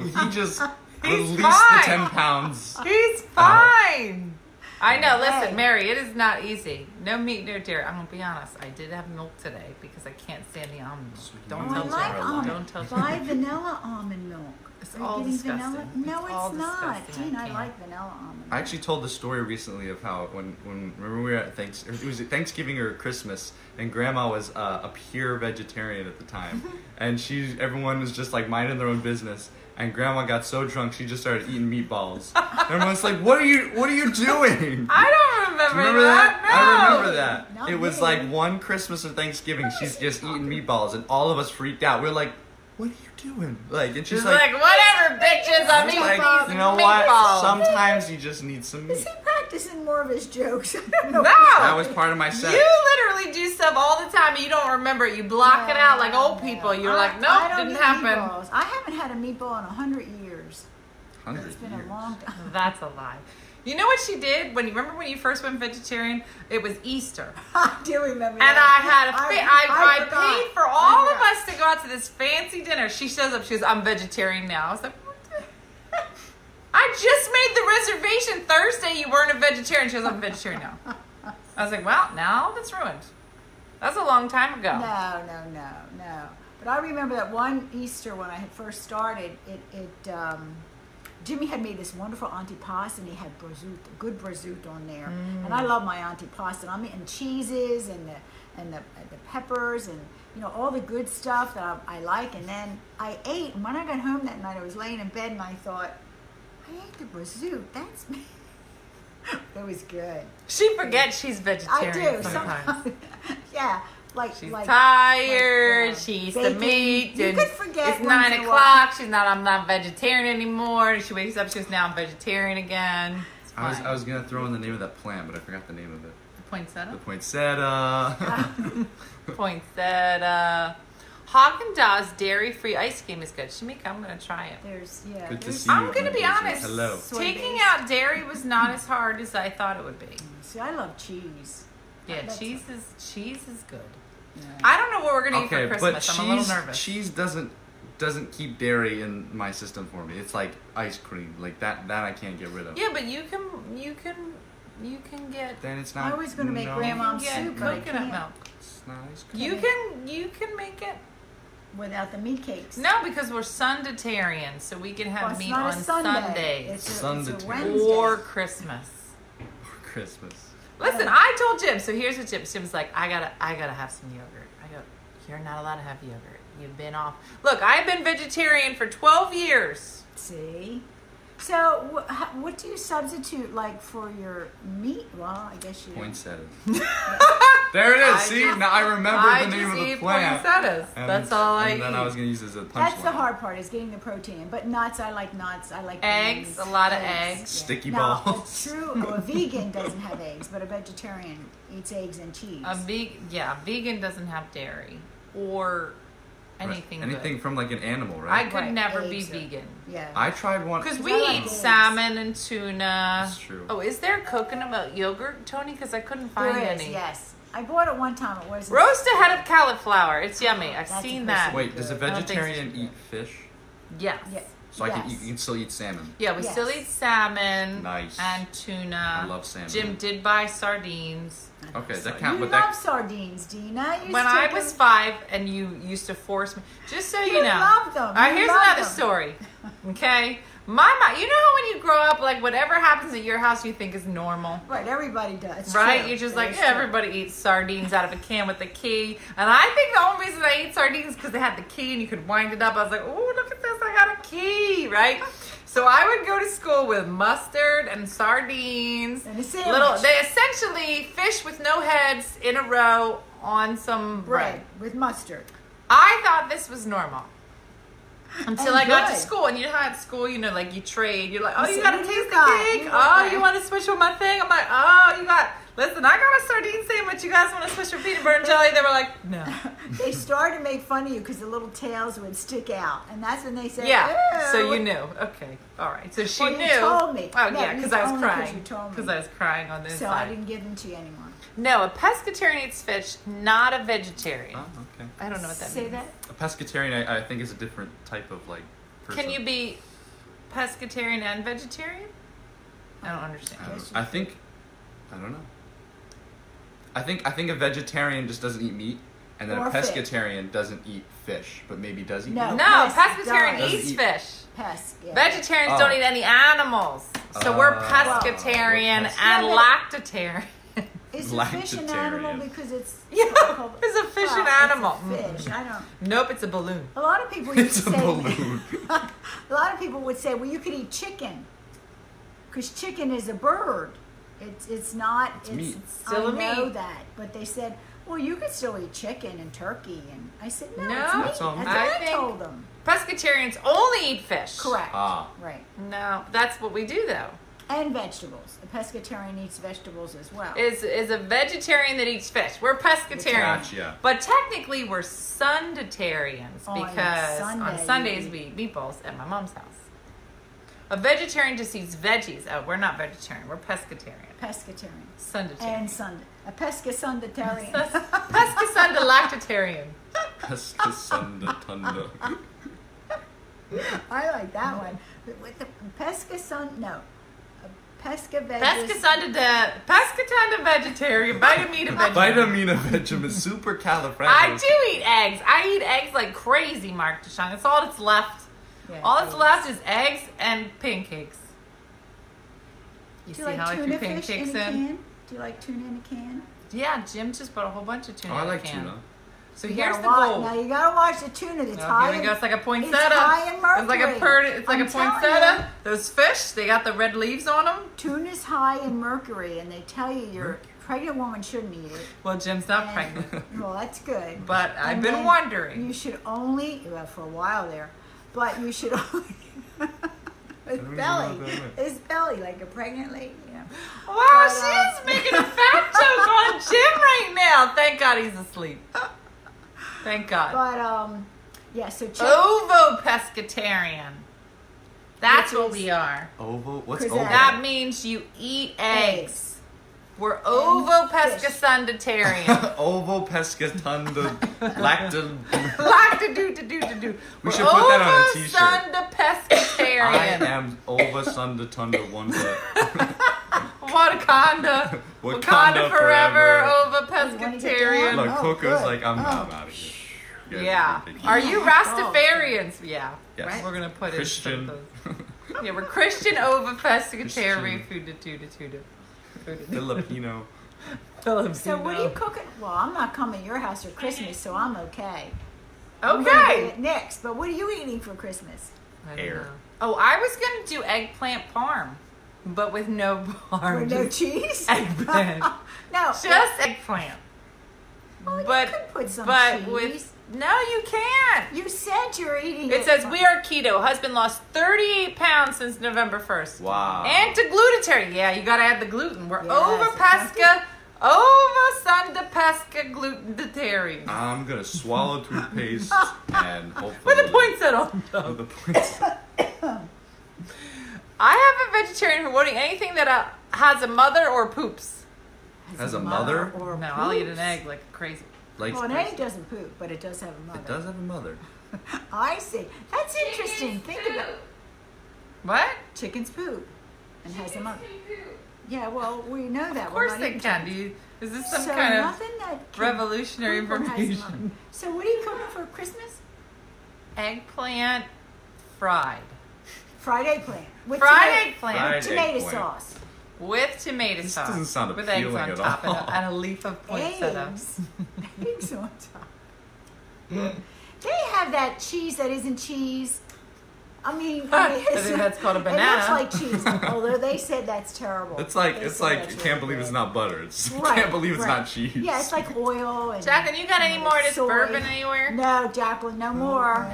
S5: he just
S1: He's
S5: released
S1: fine.
S5: the ten pounds.
S1: he's
S5: Uh-huh.
S1: fine. I know,
S3: Hey.
S1: listen, Mary, it is not easy. No meat, no dairy. I'm going to be honest. I did have milk today because I can't stand the almond milk. Don't
S5: Oh,
S1: tell
S3: I like
S1: Jared.
S3: almond.
S1: Don't tell
S3: Buy
S1: Jared.
S3: vanilla almond milk.
S1: It's
S3: Are you
S1: all
S3: getting
S1: disgusting.
S3: Vanilla? No,
S1: It's all
S3: it's not.
S1: disgusting. I
S3: Gene, I
S1: can't.
S3: like vanilla almond
S5: I actually told the story recently of how when, when remember we were at thanks it was Thanksgiving or Christmas and Grandma was uh, a pure vegetarian at the time and she everyone was just like minding their own business and Grandma got so drunk she just started eating meatballs. Everyone's like, "What are you? What are you doing?"
S1: I don't remember,
S5: Remember
S1: that.
S5: that?
S1: No.
S5: I remember that.
S3: Not
S5: it was
S3: me.
S5: like one Christmas or Thanksgiving, she's just eating meatballs, and all of us freaked out. We are like, "What are you doing?" Like, and she's
S1: She's
S5: like,
S1: like, whatever, bitches. I'm
S5: she's
S1: eating
S5: like,
S1: these
S5: "You know
S1: meatballs.
S5: what? Sometimes you just need some
S3: milk. Is
S5: meat."
S3: he practicing more of his jokes? I don't know.
S1: no.
S5: That was part of my set.
S1: you literally do stuff all the time and you don't remember it. You block it out like old people. You're
S3: I-
S1: like, nope,
S3: I don't
S1: didn't
S3: eat
S1: happen.
S3: Meatballs. I haven't had a meatball in a hundred years. It's been a long time.
S1: That's a lie. You know what she did when you remember when you first went vegetarian? It was Easter,
S3: I do remember.
S1: and I had a fa- I, I,
S3: forgot.
S1: paid for
S3: I
S1: all of
S3: forgot.
S1: us to go out to this fancy dinner. She shows up. She goes, "I'm vegetarian now." I was like, what the- "I just made the reservation Thursday. You weren't a vegetarian." She goes, "I'm a vegetarian now." I was like, "Well, now that's ruined. That's a long time ago."
S3: No, no, no, no. But I remember that one Easter when I had first started, it, it um, Jimmy had made this wonderful antipasto and he had brazut, good brazut on there. And I love my antipasto. I'm eating cheeses and the and the, and the peppers and you know all the good stuff that I, I like. And then I ate. And when I got home that night, I was laying in bed and I thought, I ate the brazut. That's me. it was good.
S1: She forgets she's
S3: I do
S1: vegetarian sometimes.
S3: sometimes. yeah, like
S1: She's
S3: like.
S1: tired.
S3: like, uh,
S1: she eats
S3: bacon.
S1: the meat.
S3: You
S1: and
S3: could forget
S1: It's
S3: once
S1: nine
S3: in a while.
S1: o'clock. She's not. I'm not vegetarian anymore. She wakes up. She goes, now I'm vegetarian again. It's
S5: I was,
S1: fine.
S5: I was gonna throw in the name of that plant, but I forgot the name of it. The
S1: poinsettia. Ah,
S5: poinsettia.
S1: Poinsettia. uh, Haagen Dazs dairy free ice cream is good. Shamika, I'm gonna try it.
S3: There's yeah.
S5: Good to
S3: there's-
S5: see you.
S1: I'm gonna be
S5: Mademoiselle.
S1: honest.
S5: Hello.
S1: Taking
S3: Soybeans.
S1: out dairy was not as hard as I thought it would be.
S3: See, I love cheese.
S1: Yeah,
S3: That's-
S1: cheese is cheese is good.
S3: Yeah.
S1: I don't know what we're gonna
S5: Okay,
S1: eat for
S5: but
S1: Christmas. I'm a
S5: cheese
S1: little nervous.
S5: cheese doesn't doesn't keep dairy in my system for me. It's like ice cream, like that that I can't get rid of.
S1: Yeah, but you can you can you can get
S5: Then it's
S3: I
S5: not.
S3: was gonna make
S5: no,
S3: grandma-
S1: you can
S3: soup,
S1: get
S3: but I
S1: coconut
S3: can't.
S1: milk.
S5: It's not ice cream.
S1: You can you can make it.
S3: without the meat cakes.
S1: No, because we're Sunditarian, so we can
S3: Well,
S1: have
S3: it's
S1: meat
S3: not
S1: on
S3: a Sunday.
S1: Sundays
S3: It's a, it's
S5: Sunday.
S3: a Wednesday.
S1: or Christmas.
S5: Christmas.
S1: Listen, I told Jim. So here's what Jim. Jim's like, I gotta, I gotta have some yogurt. I go, you're not allowed to have yogurt. You've been off. Look, I've been vegetarian for 12 years.
S3: See, So, wh- how, what do you substitute like for your meat? Well, I guess you.
S5: Poinsettia. there it is. See, now I remember
S1: I
S5: the name
S1: just
S5: of the
S1: eat
S5: plant.
S1: poinsettas.
S5: And-
S1: That's all I
S5: and then I was
S1: eat.
S5: gonna use it as a punchline.
S3: That's the hard part is getting the protein. But nuts, I like nuts. I like
S1: Eggs,
S3: beans,
S1: a lot of eggs.
S5: Sticky
S3: now,
S5: balls.
S3: A true, a vegan doesn't have eggs, but a vegetarian eats eggs and cheese.
S1: A veg- yeah, vegan doesn't have dairy or
S5: Right.
S1: anything. good.
S5: Anything from like an animal,
S1: I
S5: right?
S1: could
S3: Right,
S1: never be
S3: eggs or-
S1: vegan
S3: yeah.
S5: I, tried one.
S1: because
S3: I
S1: we
S3: like
S1: eat
S3: eggs.
S1: salmon and tuna.
S5: That's true.
S1: Oh, is there coconut milk yogurt, Tony? Because I couldn't
S3: There
S1: find
S3: is,
S1: any.
S3: yes. I bought it one time. It was
S1: Roast ahead of cauliflower. It's yummy. I've
S3: That's
S1: seen
S3: impressive.
S1: that.
S5: Wait, does a
S1: don't think so.
S5: vegetarian eat fish?
S1: Yes.
S3: Yeah.
S5: So I can
S3: Yes.
S5: eat, you can still eat salmon.
S1: Yeah, we
S3: Yes.
S1: still eat salmon
S5: Nice.
S1: and tuna.
S5: I love salmon.
S1: Jim did buy sardines.
S5: Okay, that
S3: You
S5: count,
S3: love
S5: but that
S3: sardines, Dina. You
S1: when
S3: still
S1: I
S3: do.
S1: was five, and you used to force me. Just so you,
S3: You
S1: know.
S3: love them.
S1: All right,
S3: You
S1: here's
S3: love
S1: another
S3: them.
S1: story. Okay, my mom. You know how when you grow up, like whatever happens at your house, you think is normal.
S3: right, everybody does.
S1: right?
S3: True.
S1: You're just
S3: It
S1: like,
S3: is
S1: yeah,
S3: true.
S1: everybody eats sardines out of a can with a key. And I think the only reason I ate sardines because they had the key and you could wind it up. I was like, oh, look at this, I got a key, right? So I would go to school with mustard and sardines.
S3: And a sandwich.
S1: little, they essentially fish with no heads in a row on some bread.
S3: bread with mustard.
S1: I thought this was normal. Until
S3: And
S1: I got to
S3: good.
S1: school, and you know how at school, you know, like you trade. You're like, oh,
S3: You
S1: you
S3: say,
S1: got to
S3: "What
S1: taste
S3: do
S1: the
S3: you got?
S1: cake.
S3: You want
S1: Oh, you
S3: mine?"
S1: want to switch with my thing? I'm like, oh, you got. Listen, I got a sardine sandwich. You guys want to switch with peanut butter and jelly? They were like, no.
S3: they started to make fun of you because the little tails would stick out, and that's when they said,
S1: Yeah. So
S3: "Ew."
S1: you knew. Okay. All right. So she
S3: Well, you
S1: knew.
S3: told me.
S1: Oh
S3: No,
S1: yeah,
S3: you
S1: because I was
S3: told me 'cause
S1: crying.
S3: you told me.
S1: Because I was crying on this
S3: So I
S1: side.
S3: didn't give them to you anymore.
S1: No, a pescatarian eats fish, not a vegetarian.
S5: Oh, okay.
S1: I don't know what that
S3: Say
S1: means.
S3: that.
S5: A pescatarian, I, I think, is a different type of like. Person.
S1: Can you be pescatarian and vegetarian? I don't understand.
S5: I, don't, I think. I don't know. I think I think a vegetarian just doesn't eat meat, and then
S3: Or
S5: a
S3: fish.
S5: pescatarian doesn't eat fish, but maybe does eat
S3: No.
S5: meat.
S1: No,
S3: Yes,
S1: pescatarian
S5: does.
S1: eats
S5: Doesn't eat-
S1: fish.
S3: Pest. Yeah.
S1: Vegetarians
S5: Oh.
S1: don't eat any animals. So we're
S5: Oh.
S1: pescatarian and
S5: We're
S3: pesca-
S1: lactatarian.
S3: Is the fish an animal
S5: lactatarian.
S3: because it's
S1: Yeah,
S3: well,
S1: is a fish an animal?
S3: It's a fish. I don't.
S1: nope, it's a balloon.
S3: A lot of people used
S5: It's
S3: to
S5: a
S3: say.
S5: balloon.
S3: a lot of people would say, "Well, you could eat chicken, because chicken is a bird. It's it's not. It's,
S5: meat.
S1: Still
S3: I
S1: a
S3: know
S1: meat.
S3: that, but they said, "Well, you could still eat chicken and turkey." And I said, "No,
S1: No.
S3: it's meat.
S5: That's all
S3: That's
S5: meat.
S3: what
S1: I
S3: I,
S1: think-
S3: told them.
S1: Pescatarians only eat fish.
S3: Correct.
S5: Ah.
S3: Right.
S1: No, that's what we do though.
S3: And vegetables. The pescatarian eats vegetables as well.
S1: Is is a vegetarian that eats fish. We're pescatarian.
S5: Gotcha.
S1: But technically we're Sundatarians
S3: On
S1: because on
S3: Oh, Sunday you
S1: Sundays
S3: eat-
S1: we eat meatballs at my mom's house. A vegetarian just eats veggies. Oh, we're not vegetarian. We're pescatarian.
S3: pescatarian
S1: Sundatarian.
S3: and Sunday. A pescasunditarian.
S1: Pescasundalactatarian.
S5: Pescasunda
S3: I like that one. But With the pescasun, no, a pesca veggies.
S1: Pescasunda de pescatunda vegetarian. Vitamina vegetarian.
S5: Vitamina Benjamin supercalifragilistic.
S1: I do eat eggs. I eat eggs like crazy, Mark Deshawn. That's all that's left.
S3: Yeah.
S1: All that's left is eggs and pancakes. You
S3: Do
S1: see
S3: you like
S1: how I
S3: tuna
S1: threw
S3: fish
S1: pancakes
S3: in a
S1: in?
S3: can? Do you like tuna in a can?
S1: Yeah, Jim just bought a whole bunch of
S5: Oh,
S1: tuna.
S5: I
S1: in a
S5: like
S1: can.
S5: tuna.
S1: So
S3: You
S1: here's
S3: gotta
S1: the
S3: wa-
S1: goal.
S3: Now you gotta watch the tuna. It's
S1: Oh,
S3: high.
S1: here we
S3: in-
S1: go. It's like a poinsettia.
S3: high in
S1: It's like a
S3: mercury.
S1: per, It's like
S3: I'm
S1: a
S3: telling
S1: poinsettia.
S3: you.
S1: Those fish, they got the red leaves on them.
S3: Tuna's high in mercury, and they tell you your pregnant woman shouldn't eat it.
S1: Well, Jim's not
S3: And-
S1: pregnant,
S3: Well, that's good.
S1: but I've
S3: And
S1: been
S3: then
S1: wondering.
S3: You should only well for a while there, but you should only. His
S5: even know
S3: belly,
S5: what that
S3: his belly, like a pregnant lady. Yeah.
S1: Wow,
S3: But,
S1: she
S3: uh,
S1: is making a fat joke on Jim right now. Thank God he's asleep. Thank God.
S3: But um, yeah. So check.
S1: Oh, Ovo-pescatarian. That's
S3: Which
S1: what
S3: is-
S1: we are.
S5: Ovo. What's
S3: Cause
S5: ovo?
S1: That means you eat eggs.
S3: Eggs.
S1: We're ovo-pescasunditarian.
S5: ovo pescatunda lactin.
S1: Like to do to do to do.
S5: We
S1: We're
S5: should put that on a t-shirt. I
S1: Ovo-sundapescatarian.
S5: am Ova Sunda Tunda Wanda.
S1: Wakanda. Wakanda, forever. Ovo-pescatarian.
S5: Look,
S3: Oh,
S5: Coco's
S3: good.
S5: like, I'm,
S3: Oh.
S5: I'm out of here. You guys
S1: Yeah.
S5: are ridiculous.
S1: Are you
S3: Oh.
S1: Rastafarians? Yeah.
S5: Yes.
S1: Right? We're gonna put in
S5: Christian?
S1: some of those. Yeah, we're Christian over pescatarian
S5: Christian.
S1: food to tuta tuta.
S5: Filipino.
S1: Filipino.
S3: So what are you cooking? Well, I'm not coming to your house for Christmas, so I'm okay. I'm gonna
S1: Okay.
S3: get it next, but what are you eating for Christmas?
S1: I don't
S5: Air.
S1: know. Oh, I was gonna do eggplant parm, but with no parm,
S3: With no
S1: just
S3: cheese?
S1: eggplant,
S3: no.
S1: just eggplant.
S3: Oh, you
S1: but-
S3: could put some
S1: But
S3: cheese.
S1: with no, you can't.
S3: you said you're eating
S1: It says we are keto. Husband lost 38 pounds since November 1st.
S5: Wow.
S1: And to gluten Yeah, you gotta add the gluten. We're
S3: Yes,
S1: over
S3: exactly.
S1: Pasca, over Santa Pasca gluten
S5: I'm gonna swallow toothpaste and hopefully.
S1: With a poinsettia.
S5: With the points.
S1: I have a vegetarian who won't eat anything that uh, has a mother or poops.
S5: As a mother?
S3: or
S1: No, I'll eat an
S3: poops.
S1: egg like crazy.
S5: Like
S3: Well, an egg doesn't poop, but it does have a mother.
S5: it does have a mother.
S3: I see. That's interesting. Think about
S1: What?
S3: chickens poop and has a mother.
S2: poop.
S3: Yeah, well, we know that.
S1: Of course they can. Do you, is this some
S3: so
S1: kind of
S3: nothing that can
S1: revolutionary
S3: poop or has a mother.
S1: information?
S3: So what are you cooking for Christmas?
S1: Eggplant fried.
S3: Fried eggplant. With
S1: Fried
S3: tomato-
S1: eggplant
S5: Fried
S3: Tomato
S5: eggplant.
S3: sauce.
S1: with tomato
S5: This
S1: sauce.
S5: doesn't sound
S1: with eggs
S5: appealing
S1: on
S5: at
S1: top and
S5: all.
S1: a, and a leaf of poinsettia.
S3: Eggs. Eggs on top. They have that cheese that isn't cheese. I mean,
S1: I
S3: I mean,
S1: think that's called a banana.
S3: It looks like cheese, although they said that's terrible.
S5: It's like
S3: They
S5: it's
S3: said
S5: like
S3: that's
S5: can't
S3: really
S5: believe it's
S3: good.
S5: not butter. It's
S3: Right,
S5: can't believe it's
S3: right.
S5: not cheese.
S3: Yeah, it's like oil and.
S1: Jacqueline, you got any more of this
S3: Soy.
S1: bourbon anywhere?
S3: No, Jacqueline, no
S1: Oh,
S3: more.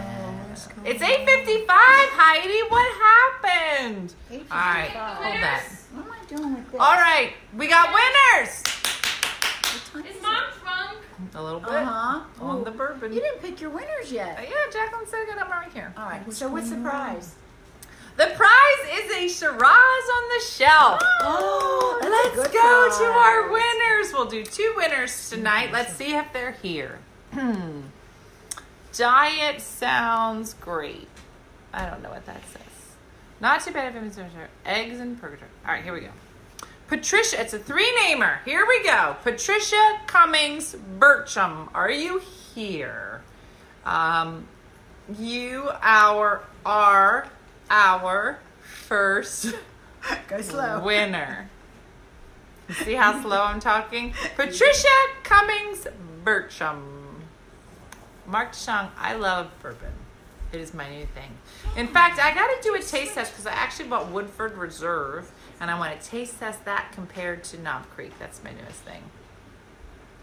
S1: It's 8.55, Heidi. What happened?
S3: All
S1: All right, hold that.
S3: What am I doing with this?
S1: All right, we got winners.
S2: Is mom drunk?
S1: A little bit
S3: Uh huh.
S1: on the bourbon.
S3: You didn't pick your winners
S1: Uh,
S3: yet.
S1: yeah, Jacqueline said I got them right here.
S3: All right. So what's the prize?
S1: The prize is a Shiraz on the shelf.
S3: Oh, that's a
S1: Let's go
S3: good
S1: to our
S3: prize.
S1: winners. We'll do two winners tonight. Let's see if they're here. Hmm. Diet sounds great. I don't know what that says. Not too bad if I'm sure. Eggs and purgatory. All right, here we go. Patricia, it's a three namer. Here we go. Patricia Cummings Burcham. Are you here? Um, you our are our first
S3: Go slow.
S1: winner. See how slow I'm talking? Patricia Cummings Burcham. Mark Chung, I love bourbon. It is my new thing. In fact, I got to do a taste test because I actually bought Woodford Reserve and I want to taste test that compared to Knob Creek. That's my newest thing.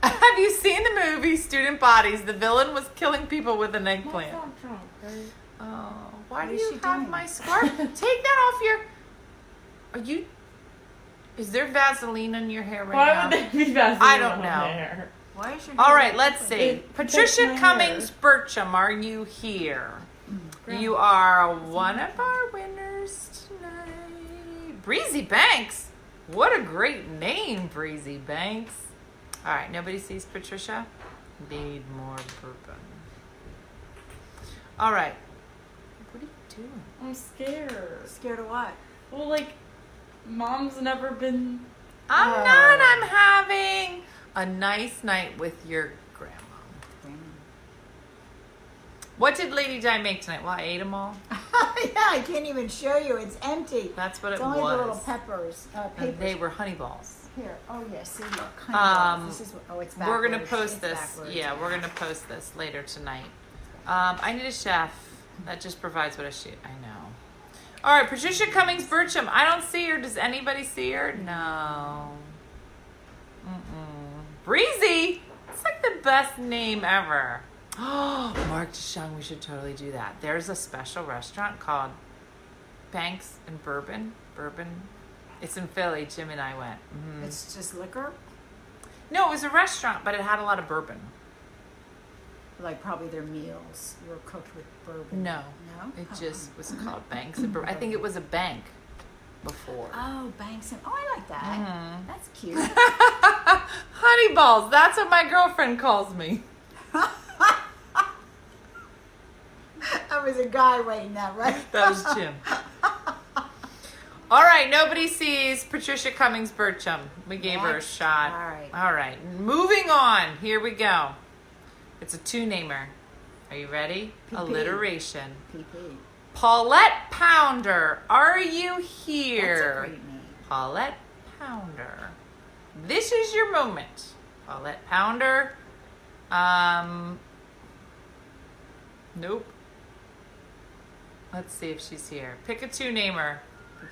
S1: Have you seen the movie Student Bodies? The villain was killing people with an eggplant. Oh, why do
S3: is
S1: you
S3: she
S1: have
S3: doing?
S1: my scarf? Take that off your. Are you? Is there Vaseline on your hair right
S4: Why
S1: now?
S4: would they be Vaseline
S1: I don't
S4: on
S1: know.
S4: there?
S3: Why is your
S1: All right, let's see.
S4: It- that's
S1: Patricia
S4: my
S1: Cummings Burcham, are you here? You are one of our winners tonight. Breezy Banks. What a great name, Breezy Banks. All right, nobody sees Patricia. Need more bourbon. All right. What are you doing?
S4: I'm scared.
S3: Scared of what?
S4: Well, like, mom's never been.
S1: I'm
S3: Oh.
S1: not. I'm having a nice night with your grandma. What did Lady Di make tonight? Well, I ate them all.
S3: yeah, I can't even show you. It's empty.
S1: That's what
S3: It's
S1: it
S3: only the little
S1: was.
S3: peppers. Uh,
S1: And
S3: papers.
S1: they were honey balls.
S3: Here. Oh yes. See, look. Kind
S1: Um,
S3: of this is what, oh, it's
S1: We're
S3: backwards.
S1: gonna post
S3: It's
S1: this.
S3: backwards.
S1: Yeah, we're gonna post this later tonight. Um, I need a chef that just provides what I shoot. I know. All right, Patricia Cummings Burcham. I don't see her. Does anybody see her? No. Mm-mm. Breezy. It's like the best name ever. Oh, Mark Deshung. We should totally do that. There's a special restaurant called Banks and Bourbon. Bourbon. It's in Philly. Jim and I went. Mhm.
S3: It's just liquor,
S1: No, it was a restaurant, but it had a lot of bourbon.
S3: like probably their meals were cooked with bourbon.
S1: No.
S3: No. Uh-uh.
S1: It just was called Banks and Bourbon. I think it was a bank before.
S3: Oh, Banks and oh, I like that.
S1: Mm.
S3: That's cute.
S1: Honey balls, that's what my girlfriend calls me.
S3: that was a guy waiting that right.
S1: That was Jim. All right, nobody sees Patricia Cummings Burcham. We gave her a
S3: Next.
S1: shot.
S3: All right.
S1: All right, moving on. Here we go. It's a two namer. Are you ready?
S3: PP.
S1: Alliteration.
S3: PP.
S1: Paulette Pounder, are you
S3: That's
S1: here?
S3: a great name.
S1: Paulette Pounder. This is your moment. Paulette Pounder. Um. Nope. Let's see if she's here. Pick a two namer.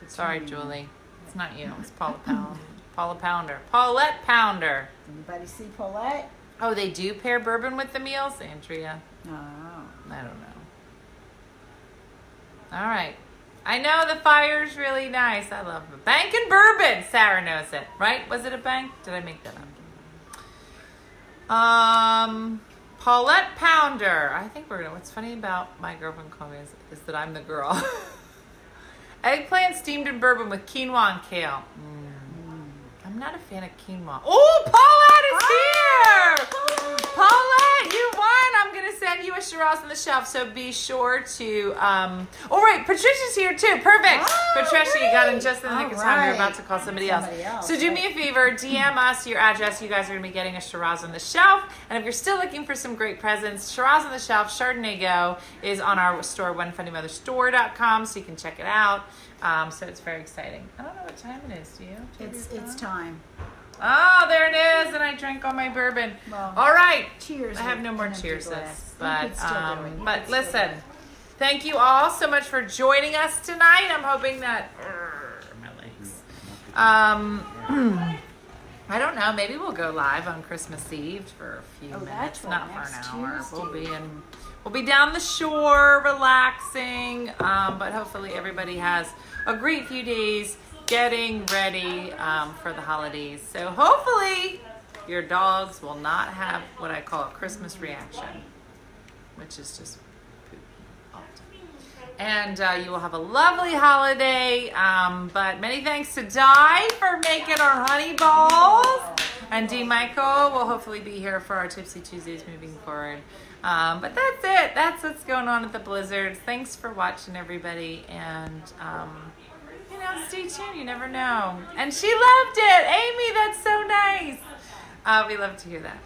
S1: Sorry, Julie. It's not you. It's Paula Pound. Paula Pounder. Paulette Pounder.
S3: Anybody see Paulette?
S1: Oh, they do pair bourbon with the meals, Andrea.
S3: No.
S1: I don't know. All right. I know the fire's really nice. I love it. Bank and bourbon. Sarah knows it, right? Was it a bank? Did I make that up? Um, Paulette Pounder. I think we're gonna. What's funny about my girlfriend calling me is, is that I'm the girl. Eggplant steamed in bourbon with quinoa and kale. Mm. I'm not a fan of quinoa. Oh, Paulette is here! Paulette, you won! I'm gonna send you a Shiraz on the shelf, so be sure to. Um... All right, Patricia's here too. Perfect. Patricia, you got in just in the nick of time. You're
S3: All
S1: about
S3: right.
S1: to call somebody else.
S3: Oh, Somebody else,
S1: So do me a favor, DM us your address. You guys are gonna be getting a Shiraz on the shelf, and if you're still looking for some great presents, Shiraz on the shelf, Chardonnay Go is on our store, onefunnymotherstore.com, so you can check it out. Um, so it's very exciting. I don't know what time it is. Do you? Do you
S3: It's
S1: have your
S3: it's
S1: time?
S3: time.
S1: Oh, there it is, and I drank all my bourbon.
S3: Well,
S1: all right,
S3: Cheers.
S1: I have
S3: with
S1: no more
S3: an empty
S1: cheers,
S3: glass. You could
S1: but
S3: still do it.
S1: um,
S3: You
S1: but
S3: could still do
S1: listen,
S3: it.
S1: thank you all so much for joining us tonight. I'm hoping that Urgh, my legs. Um, I don't know. Maybe we'll go live on Christmas Eve for a few
S3: Oh,
S1: minutes,
S3: that's right,
S1: not for an
S3: next
S1: hour. We'll
S3: Tuesday.
S1: be in. We'll be down the shore, relaxing, um, but hopefully everybody has a great few days getting ready um, for the holidays. So hopefully your dogs will not have what I call a Christmas reaction, which is just poop all the time and uh, you will have a lovely holiday. Um, but many thanks to Di for making our honey balls, and D Michael will hopefully be here for our Tipsy Tuesdays moving forward. Um, but that's it. That's what's going on at the Blizzards. Thanks for watching, everybody, and um, you know, stay tuned. You never know. And she loved it, Amy. That's so nice. Uh, we love to hear that.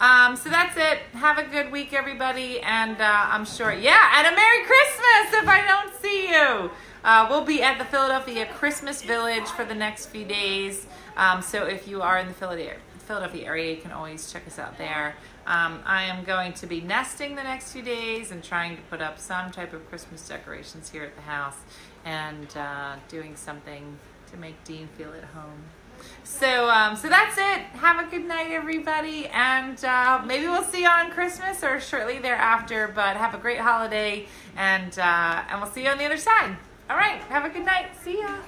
S1: Um, so that's it. Have a good week, everybody, and uh, I'm sure. Yeah, and a Merry Christmas if I don't see you. Uh, we'll be at the Philadelphia Christmas Village for the next few days. Um, so if you are in the Philadelphia Philadelphia area, you can always check us out there. Um, I am going to be nesting the next few days and trying to put up some type of Christmas decorations here at the house and uh, doing something to make Dean feel at home. So, um, so that's it. Have a good night, everybody, and uh, maybe we'll see you on Christmas or shortly thereafter. But have a great holiday, and uh, and we'll see you on the other side. All right, have a good night. See ya.